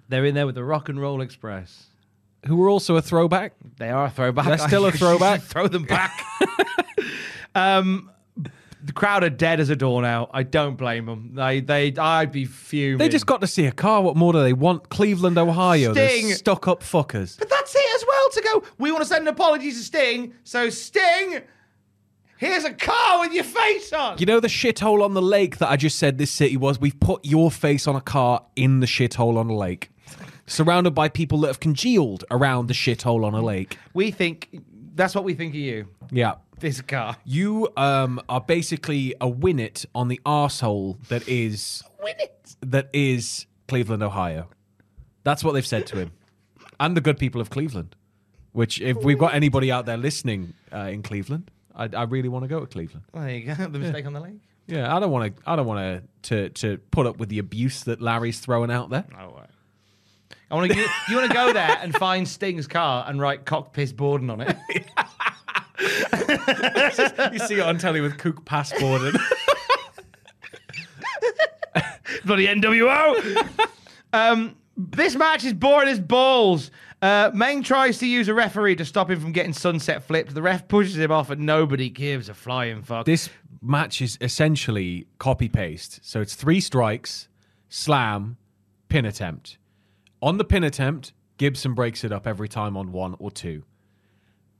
E: They're in there with the Rock and Roll Express.
F: Who were also a throwback.
E: They are a throwback.
F: They're still a throwback.
E: Throw them back. um, the crowd are dead as a door now. I don't blame them. They, they, I'd be fuming.
F: They just got to see a car. What more do they want? Cleveland, Ohio. They're
E: Sting.
F: stuck up fuckers.
E: But that's it as well. To go, we want to send an apology to Sting. So Sting, here's a car with your face on.
F: You know the shithole on the lake that I just said this city was? We've put your face on a car in the shithole on a lake. Surrounded by people that have congealed around the shithole on a lake.
E: we think that's what we think of you.
F: Yeah.
E: This car.
F: You um, are basically a winnet on the arsehole that is
E: Win it.
F: that is Cleveland, Ohio. That's what they've said to him. and the good people of Cleveland. Which, if we've got anybody out there listening uh, in Cleveland, I, I really want to go to Cleveland.
E: Well, there you go. The mistake on the lake.
F: Yeah, I don't want to. I don't want to to put up with the abuse that Larry's throwing out there.
E: Oh, right. I want to. You, you want to go there and find Sting's car and write "cock piss Borden" on it.
F: you see it on telly with Cook passport and
E: Bloody NWO. um, this match is boring as balls. Uh, Meng tries to use a referee to stop him from getting sunset flipped. The ref pushes him off, and nobody gives a flying fuck.
F: this match is essentially copy paste. So it's three strikes, slam, pin attempt. On the pin attempt, Gibson breaks it up every time on one or two.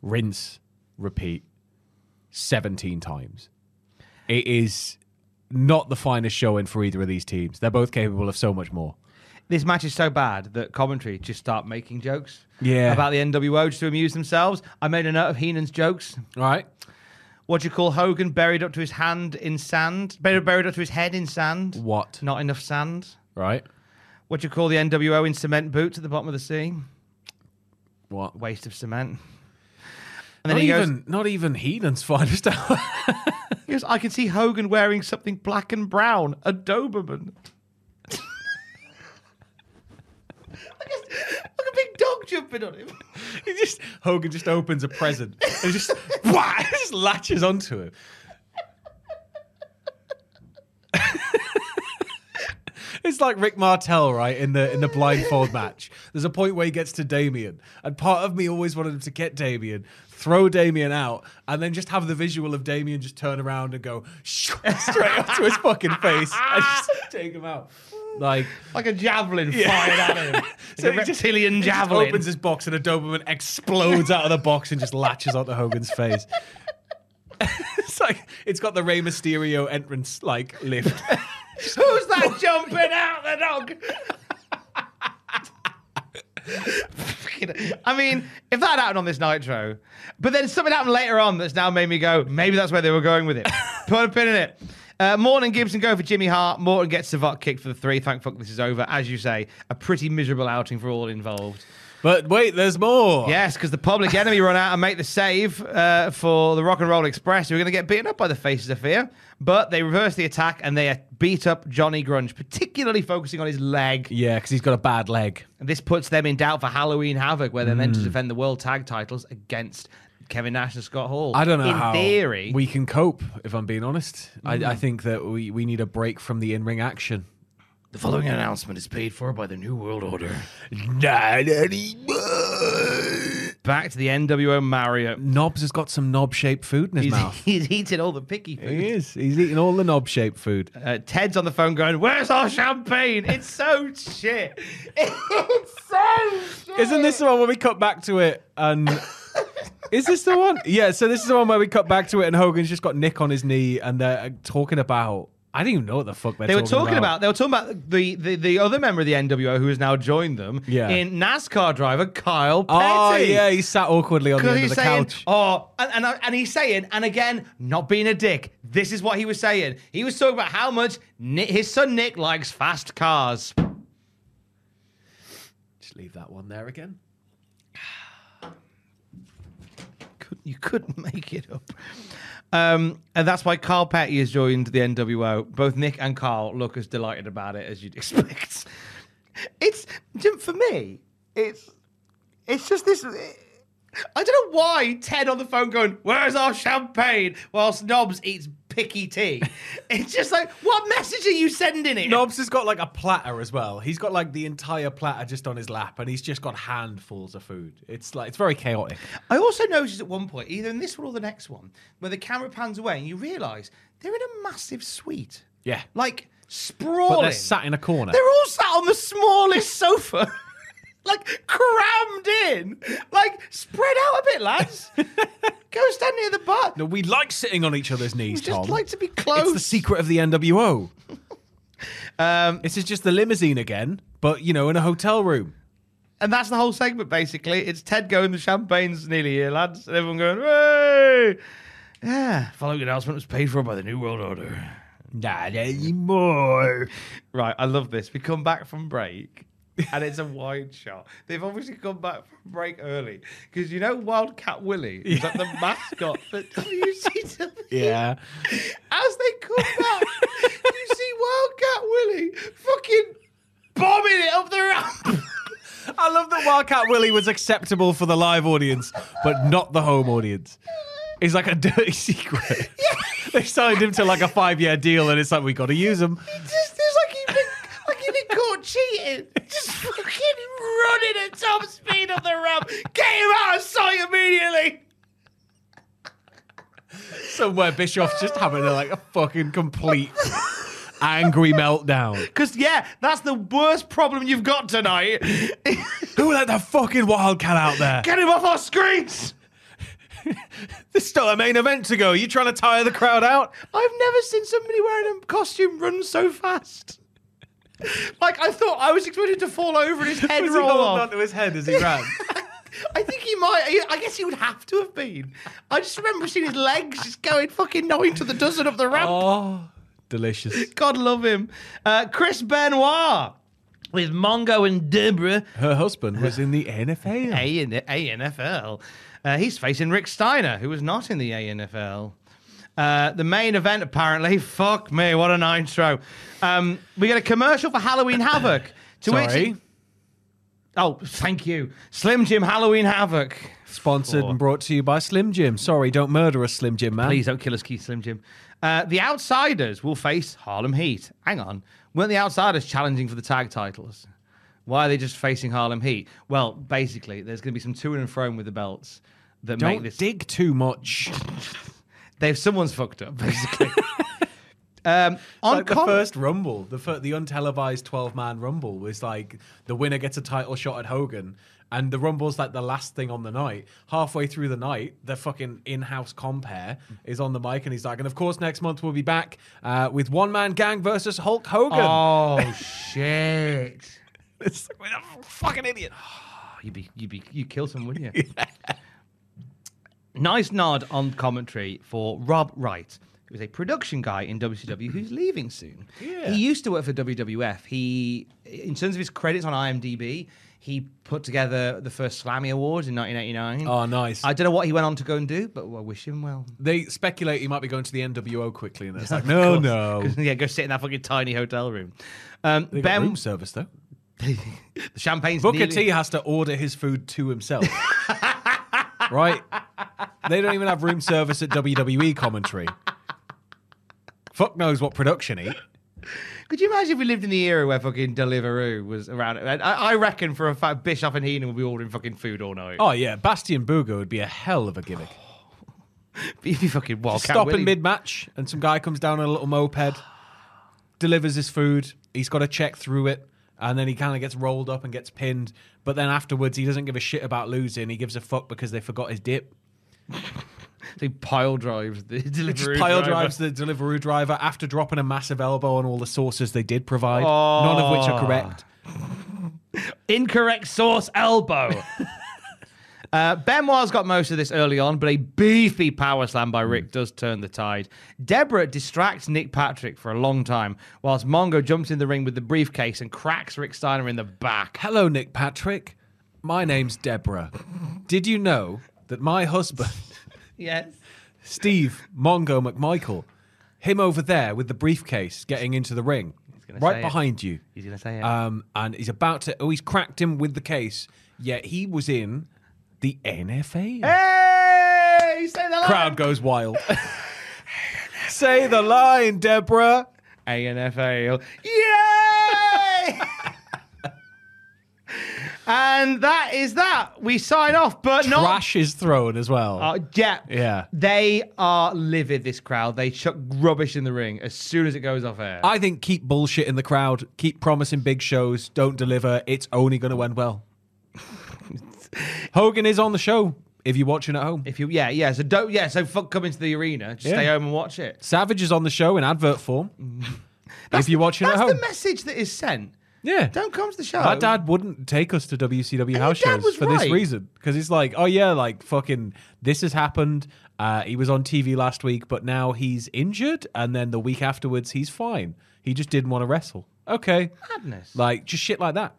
F: Rinse, repeat 17 times. It is not the finest showing for either of these teams. They're both capable of so much more.
E: this match is so bad that commentary just start making jokes
F: Yeah.
E: about the NWO just to amuse themselves. I made a note of Heenan's jokes.
F: All right.
E: What do you call Hogan buried up to his hand in sand? Buried, buried up to his head in sand.
F: What?
E: Not enough sand.
F: Right.
E: What do you call the NWO in cement boots at the bottom of the sea?
F: What?
E: Waste of cement. And then
F: Not
E: he goes,
F: even, not even Heenan's finest hour.
E: he goes, I can see Hogan wearing something black and brown, a Doberman. look, at, look at big dog jumping on him.
F: He just Hogan just opens a present and just wah, just latches onto him. it's like Rick Martel, right? In the in the blindfold match, there's a point where he gets to Damien, and part of me always wanted him to get Damien, throw Damien out, and then just have the visual of Damien just turn around and go shoo, straight up to his fucking face and just take him out. Like
E: Like a javelin fired at him. Like a
F: he just-
E: reptilian
F: he just
E: javelin.
F: opens his box and a Doberman explodes out of the box and just latches onto Hogan's face. it's like it's got the Rey Mysterio entrance like lift.
E: Who's that jumping out the dog? Fucking- I mean, if that happened on this Nitro, but then something happened later on that's now made me go, maybe that's where they were going with it. Put a pin in it. Uh, Morton and Gibson go for Jimmy Hart. Morton gets Savant kicked for the three. Thank fuck this is over. As you say, a pretty miserable outing for all involved.
F: But wait, there's more.
E: Yes, because the public enemy run out and make the save uh, for the Rock and Roll Express. who are going to get beaten up by the Faces of Fear, but they reverse the attack and they uh, beat up Johnny Grunge, particularly focusing on his leg.
F: Yeah, because he's got a bad leg.
E: And this puts them in doubt for Halloween Havoc, where they're meant
F: Hmm.
E: to defend the World Tag Titles against Kevin Nash and Scott Hall.
F: I don't know
E: In
F: how
E: theory, Mm.
F: we can cope. If I'm being honest, I, I think that we, we need a break from the in-ring action.
E: the following announcement is paid for by the New World Order.
F: Not anymore.
E: Back to the NWO Marriott.
F: Knobs has got some knob-shaped food in his
E: He's,
F: mouth.
E: he's eating all the picky food.
F: He is. He's eating all the knob-shaped food.
E: Uh, Ted's on the phone going, "Where's our champagne? It's so shit. It's so shit."
F: Isn't this the one where we cut back to it and Is this the one? Yeah, so this is the one where we cut back to it and Hogan's just got Nick on his knee and they're uh, talking about I didn't even know what the fuck they're
E: They were talking about. They were talking about the, the the other member of the NWO who has now joined them.
F: Yeah.
E: In NASCAR driver Kyle Petty.
F: Oh yeah, he sat awkwardly on the end
E: Because
F: of
E: he's
F: the
E: saying,
F: couch.
E: oh, and, and I- and he's saying, and again, not being a dick. This is what he was saying. He was talking about how much Nick, his son Nick likes fast cars.
F: Just leave that one there again.
E: couldn't- you couldn't make it up. Um, and that's why Carl Petty has joined the NWO. Both Nick and Carl look as delighted about it as you'd expect. It's Jim, for me. It's it's just this. I don't know why Ted on the phone going, "Where's our champagne?" Whilst Nobs eats picky tea. It's just like, what message are you sending it?
F: Nobs has got like a platter as well. He's got like the entire platter just on his lap and he's just got handfuls of food. It's like it's very chaotic.
E: I also noticed at one point, either in this one or the next one, where the camera pans away and you realise they're in a massive suite.
F: Yeah.
E: Like sprawling.
F: But they're sat in a corner.
E: They're all sat on the smallest sofa. like crammed in. Like spread out a bit, lads. Go stand near the bar.
F: No, we like sitting on each other's
E: we
F: knees,
E: just
F: Tom.
E: like to be
F: It's
E: close.
F: the secret of the NWO. um, this is just the limousine again, but you know, in a hotel room.
E: And that's the whole segment, basically. It's Ted going, the champagne's nearly here, lads. And everyone going, hey! Yeah. Following announcement was paid for by the New World Order.
F: Not anymore.
E: Right, I love this. We come back from break. and it's a wide shot. They've obviously come back from break early because you know Wildcat Willie is like the mascot for WCW.
F: Yeah.
E: As they come back, you see Wildcat Willie fucking bombing it up the ramp.
F: I love that Wildcat Willie was acceptable for the live audience, but not the home audience. It's like a dirty secret. they signed him to like a five year deal, and it's like, we got to use him.
E: It just it's like he'd been like he'd been caught cheating. Just fucking running at top speed up the ramp. Get him out of sight immediately.
F: Somewhere Bischoff's just having a, like a fucking complete angry meltdown.
E: Cause yeah, that's the worst problem you've got tonight.
F: Who let that fucking Wildcat out there?
E: Get him off our screens.
F: This is not a main event to go. Are you trying to tire the crowd out?
E: I've never seen somebody wearing a costume run so fast. Like I thought, I was expected to fall over and his head
F: Was he
E: roll
F: holding
E: off.
F: onto his head as he ran?
E: I think he might. he- I guess he would have to have been. I just remember seeing his legs just going fucking nine to the dozen up the ramp.
F: oh, delicious.
E: God love him. Uh, Chris Benoit with Mongo and Deborah.
F: Her husband was in the NFL.
E: A in the ANFL. Uh, he's facing Rick Steiner, who was not in the ANFL. Uh, the main event, apparently. Fuck me, what an intro. Um, we get a commercial for Halloween Havoc. To which
F: Sorry.
E: oh, thank you. Slim Jim Halloween Havoc.
F: Sponsored and brought to you by Slim Jim. Sorry, don't murder us, Slim Jim man.
E: Please don't kill us, Keith Slim Jim. Uh, the Outsiders will face Harlem Heat. Hang on. Weren't the Outsiders challenging for the tag titles? Why are they just facing Harlem Heat? Well, basically, there's going to be some to and fro with the belts that make
F: don't
E: this.
F: dig too much.
E: They've someone's fucked up, basically. um, on
F: like the
E: com-
F: first Rumble, the fir- the untelevised twelve man Rumble was like the winner gets a title shot at Hogan, and the Rumble's like the last thing on the night. Halfway through the night, the fucking in house compare is on the mic, and he's like, and of course next month we'll be back uh, with one man gang versus Hulk Hogan.
E: oh shit!
F: It's like, "Well, I'm a fucking idiot.
E: Oh, you'd be you'd be you kill someone, wouldn't you? nice nod on commentary for Rob Wright, who is a production guy in WCW who's leaving soon. He used to work for WWF. He, in terms of his credits on IMDb, he put together the first Slammy Awards in 1989.
F: Oh, nice.
E: I don't know what he went on to go and do, but I wish him well.
F: They speculate he might be going to the NWO quickly, and it's like, no,
E: course.
F: no.
E: 'Cause, yeah, go sit in that fucking tiny hotel room. Um,
F: They got
E: ben,
F: room service though.
E: the champagne's
F: Booker
E: nearly-
F: T has to order his food to himself. right? They don't even have room service at WWE commentary. Fuck knows what production eat.
E: Could you imagine if we lived in the era where fucking Deliveroo was around? And I, I reckon for a fact, Bischoff and Heenan would be ordering fucking food all night.
F: Oh yeah, Bastian Bugo would be a hell of a gimmick.
E: You'd be fucking wild.
F: Stop in mid match and some guy comes down on a little moped, delivers his food, he's got to check through it, and then he kind of gets rolled up and gets pinned. But then afterwards he doesn't give a shit about losing, he gives a fuck because they forgot his dip.
E: They pile drives the Deliveroo.
F: just pile
E: driver.
F: drives the Deliveroo driver after dropping a massive elbow on all the sources they did provide, none of which are correct.
E: Incorrect source elbow. Uh, Benoit's got most of this early on, but a beefy power slam by
F: Mm.
E: Rick does turn the tide. Deborah distracts Nick Patrick for a long time, whilst Mongo jumps in the ring with the briefcase and cracks Rick Steiner in the back.
F: Hello, Nick Patrick. My name's Deborah. Did you know that my husband,
E: Yes.
F: Steve Mongo McMichael, him over there with the briefcase getting into the ring,
E: gonna say
F: right
E: it.
F: behind you,
E: He's going to say it.
F: um, and he's about to, oh, he's cracked him with the case, yet he was in the NFA.
E: hey! Say the
F: Crowd goes wild. Say the line, Deborah.
E: ANFL. Yay! and that is that. We sign off, but not.
F: Trash is thrown as well.
E: Uh, yeah.
F: Yeah.
E: They are livid, this crowd. They chuck rubbish in the ring as soon as it goes off air.
F: I think keep bullshit in the crowd, keep promising big shows, don't deliver. It's only going to end well. Hogan is on the show if you're watching at home.
E: if you, yeah, yeah. So don't, yeah. So fuck coming to the arena. Just
F: Yeah.
E: stay home and watch it.
F: Savage is on the show in advert form if you're watching at
E: That's
F: home.
E: the message that is sent.
F: yeah.
E: Don't come to the show.
F: My dad wouldn't take us to WCW
E: your
F: house
E: dad
F: shows
E: was
F: for this
E: right.
F: reason because he's like, oh yeah, like fucking this has happened. Uh, he was on TV last week, but now he's injured, and then the week afterwards he's fine. He just didn't want to wrestle. Okay,
E: Madness.
F: like just shit like that.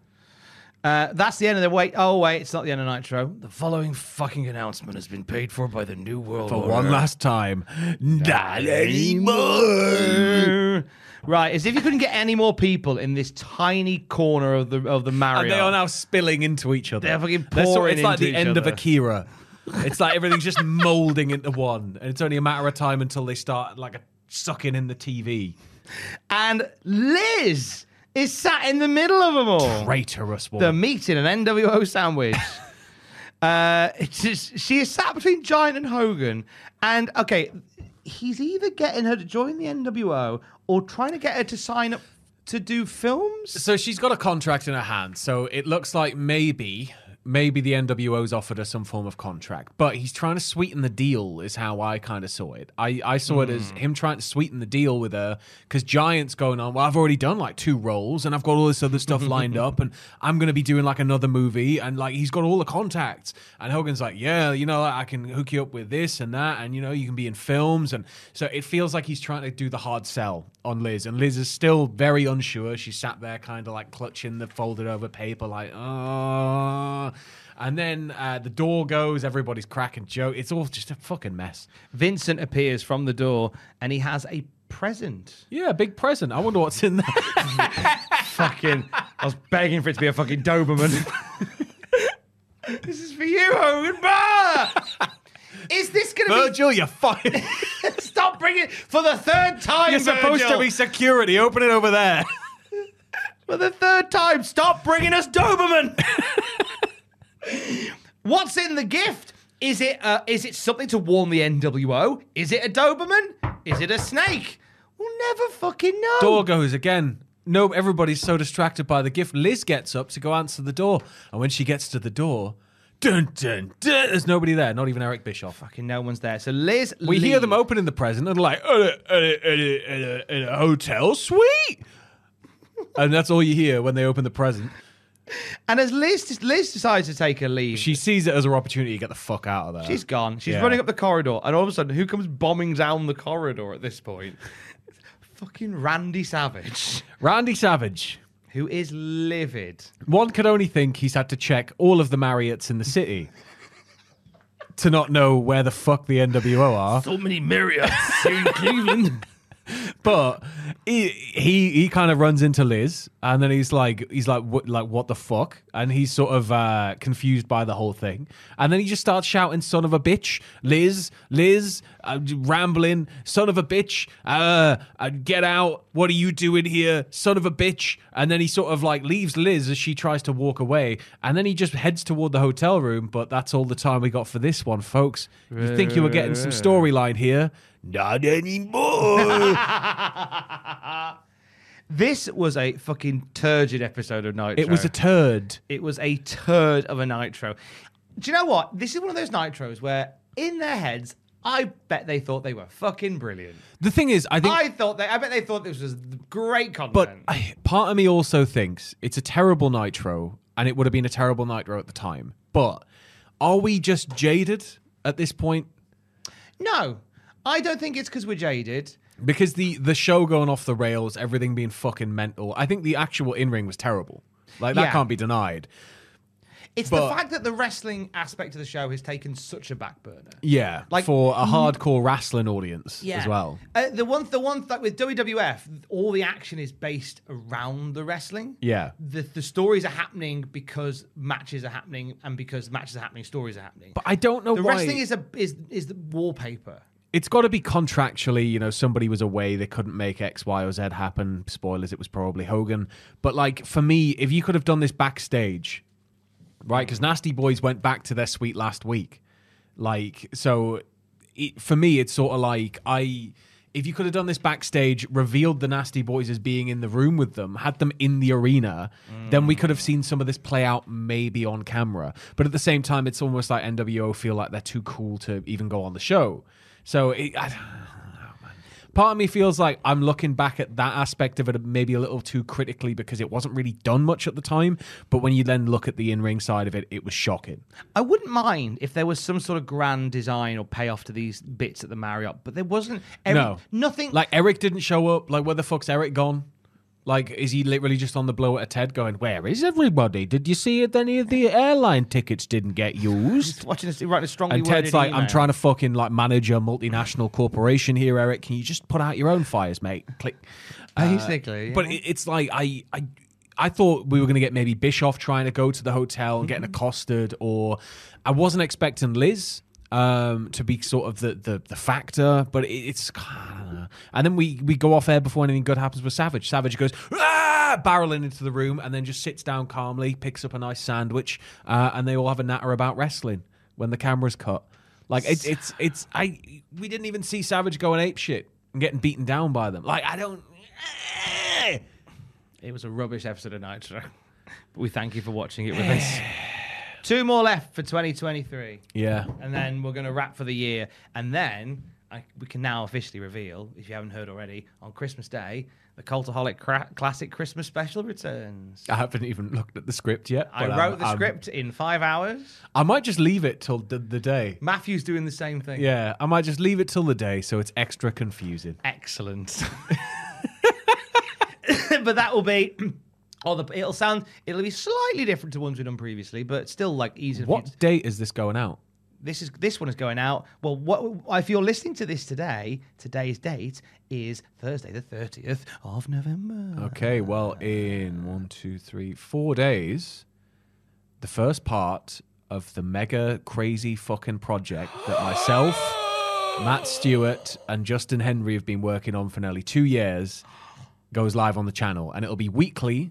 E: Uh, that's the end of the wait. Oh wait, it's not the end of Nitro. The following fucking announcement has been paid for by the New World
F: For
E: Order.
F: one last time, not anymore.
E: Right, as if you couldn't get any more people in this tiny corner of the of the Marriott.
F: And they are now spilling into each other.
E: They're fucking
F: sort
E: pouring
F: It's like
E: into
F: the
E: each
F: end of
E: other.
F: Akira. It's like everything's just molding into one, and it's only a matter of time until they start like sucking in the TV.
E: and Liz is sat in the middle of them all.
F: Traitorous
E: The
F: woman.
E: meat in an NWO sandwich. uh, it's just, she is sat between Giant and Hogan, and okay, he's either getting her to join the NWO or trying to get her to sign up to do films.
F: So she's got a contract in her hand. So it looks like maybe, maybe the NWO's offered her some form of contract. But he's trying to sweeten the deal, is how I kind of saw it. I, I saw it as him trying to sweeten the deal with her because Giant's going on. Well, I've already done like two roles and I've got all this other stuff lined up and I'm going to be doing like another movie. And like he's got all the contacts. And Hogan's like, yeah, you know, I can hook you up with this and that. And, you know, you can be in films. And so it feels like he's trying to do the hard sell on Liz. And Liz is still very unsure. She sat there kind of like clutching the folded over paper, like, oh. And then uh, the door goes, everybody's cracking joke. It's all just a fucking mess.
E: Vincent appears from the door, and he has a present.
F: Yeah, big present. I wonder what's in there.
E: fucking. I was begging for it to be a fucking Doberman. this is for you, Hogan. Bah! Is this going to be?
F: Virgil, you're fired.
E: Stop bringing for the third time.
F: you're supposed to
E: Virgil.
F: be security. Open it over there.
E: for the third time. Stop bringing us Doberman. What's in the gift? Is it uh, is it something to warn the NWO? Is it a Doberman? Is it a snake? We'll never fucking know.
F: Door goes again. No, everybody's so distracted by the gift. Liz gets up to go answer the door, and when she gets to the door, dun dun dun, there's nobody there. Not even Eric Bischoff.
E: Fucking no one's there. So Liz,
F: We hear
E: leaves.
F: them opening the present and like "Uh, in a, in a, in a, in a, uh, in a hotel suite, and that's all you hear when they open the present.
E: and as Liz Liz decides to take a leave,
F: She sees it as her opportunity to get the fuck out of there.
E: She's gone. She's
F: Yeah.
E: running up the corridor, and all of a sudden, who comes bombing down the corridor at this point? Fucking Randy Savage,
F: Randy Savage.
E: who is livid.
F: One could only think he's had to check all of the Marriotts in the city to not know where the fuck the NWO are.
E: So many Marriotts here in Cleveland.
F: but he he, he kind of runs into Liz, and then he's like he's like what like what the fuck, and he's sort of uh, confused by the whole thing, and then he just starts shouting "son of a bitch," Liz, Liz, uh, rambling, "son of a bitch," uh, uh, get out, what are you doing here, son of a bitch, and then he sort of like leaves Liz as she tries to walk away, and then he just heads toward the hotel room, but that's all the time we got for this one, folks. You think you were getting some storyline here? Not anymore.
E: this was a fucking turgid episode of Nitro.
F: It was a turd.
E: It was a turd of a Nitro. Do you know what? This is one of those Nitros where, in their heads, I bet they thought they were fucking brilliant.
F: The thing is, I think.
E: I thought they. I bet they thought this was great content.
F: but I, part of me also thinks it's a terrible Nitro, and it would have been a terrible Nitro at the time. But are we just jaded at this point?
E: no, I don't think it's because we're jaded.
F: Because the the show going off the rails, everything being fucking mental. I think the actual in ring was terrible. Like that
E: Yeah.
F: can't be denied.
E: It's the
F: But-
E: fact that the wrestling aspect of the show has taken such a back burner.
F: Yeah,
E: Like-
F: like for a hardcore wrestling audience as well.
E: Uh, the one, the one that with WWF, all the action is based around the wrestling.
F: Yeah.
E: The, the stories are happening because matches are happening, and because matches are happening, stories are happening.
F: But I don't know
E: the
F: why
E: wrestling is a is is the wallpaper.
F: it's got to be contractually, you know, somebody was away, they couldn't make X, Y, or Z happen. Spoilers, it was probably Hogan. But like for me, if you could have done this backstage, right? Because Nasty Boys went back to their suite last week. Like so, it, for me, it's sort of like I. If you could have done this backstage, revealed the Nasty Boys as being in the room with them, had them in the arena, then we could have seen some of this play out maybe on camera. But at the same time, it's almost like NWO feel like they're too cool to even go on the show. So it, I, part of me feels like I'm looking back at that aspect of it maybe a little too critically because it wasn't really done much at the time. But when you then look at the in ring side of it, it was shocking.
E: I wouldn't mind if there was some sort of grand design or payoff to these bits at the Marriott, but there wasn't. Every,
F: no,
E: nothing.
F: Like Eric didn't show up. Like where the fuck's Eric gone? Like, is he literally just on the blow at a Ted going, Where is everybody? Did you see if any of the airline tickets didn't get used?
E: Watching this, writing a strongly
F: And Ted's
E: worded
F: like, I'm
E: email.
F: trying to fucking like manage a multinational corporation here, Eric. Can you just put out your own fires, mate? Click. Uh,
E: Basically, yeah.
F: but it, it's like I, I, I thought we were going to get maybe Bischoff trying to go to the hotel and
E: Mm-hmm.
F: getting accosted, or I wasn't expecting Liz um, to be sort of the the, the factor. But it, it's I don't know. and then we we go off air before anything good happens with Savage. Savage goes. "Ah!" Barreling into the room and then just sits down calmly, picks up a nice sandwich, uh, and they all have a natter about wrestling when the camera's cut. Like it's it's it's I we didn't even see Savage going ape shit and getting beaten down by them. Like I don't eh.
E: It was a rubbish episode of Nitro. but we thank you for watching it with us. Two more left for 2023.
F: Yeah.
E: And then we're going to wrap for the year. And then I, we can now officially reveal, if you haven't heard already, on Christmas Day, the Cultaholic Cra- Classic Christmas Special returns.
F: I haven't even looked at the script yet.
E: I
F: but
E: wrote
F: I'm-
E: the
F: I'm-
E: script in five hours.
F: I might just leave it till the, the day.
E: Matthew's doing the same thing.
F: Yeah, I might just leave it till the day so it's extra confusing.
E: Excellent. but that will be. Or the, it'll sound it'll be slightly different to ones we've done previously, but still like easy. for you to-
F: What date is this going out?
E: this is this one is going out. Well, what if you're listening to this today? Today's date is Thursday, the thirtieth of November.
F: Okay, well, in one, two, three, four days, the first part of the mega crazy fucking project that myself, Matt Stewart, and Justin Henry have been working on for nearly two years goes live on the channel, and it'll be weekly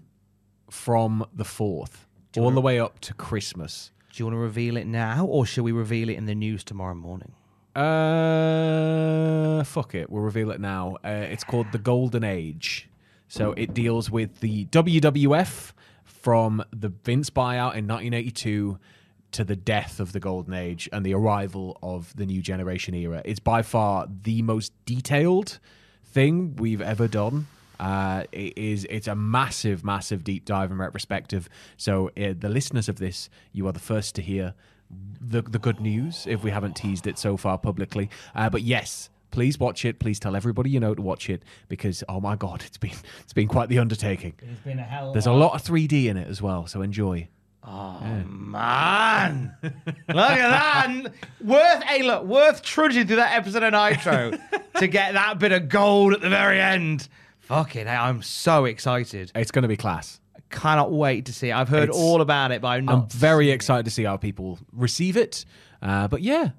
F: from the fourth all the way up to Christmas.
E: Do you want to reveal it now, or shall we reveal it in the news tomorrow morning?
F: Uh, fuck it. We'll reveal it now. Uh, it's called the Golden Age. So it deals with the WWF from the Vince buyout in 1982 to the death of the Golden Age and the arrival of the new generation era. It's by far the most detailed thing we've ever done. Uh, it is it's a massive, massive deep dive and retrospective. So uh, the listeners of this, you are the first to hear the the good news if we haven't teased it so far publicly. Uh, but yes, please watch it. Please tell everybody you know to watch it because oh my god, it's been it's been quite the undertaking.
E: It's been a hell.
F: There's a lot of 3D in it as well, so enjoy.
E: Oh, man. look at that. Worth a look. Worth trudging through that episode of Nitro to get that bit of gold at the very end. Fucking, hell, I'm so excited.
F: It's going to be class.
E: Cannot wait to see. it. I've heard
F: It's-
E: all about it, but I'm not.
F: I'm very excited to see how people receive it. Uh, but yeah,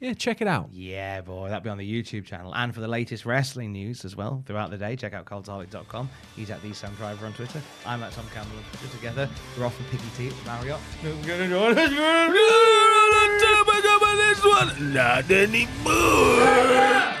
F: yeah, check it out.
E: Yeah, boy, that'll be on the YouTube channel. And for the latest wrestling news as well throughout the day, check out cultaholic.com. He's at the Sam Driver on Twitter. I'm at Tom Campbell on Twitter together. We're off for Piggy Tea at the Marriott. We're gonna do this one. Not anymore.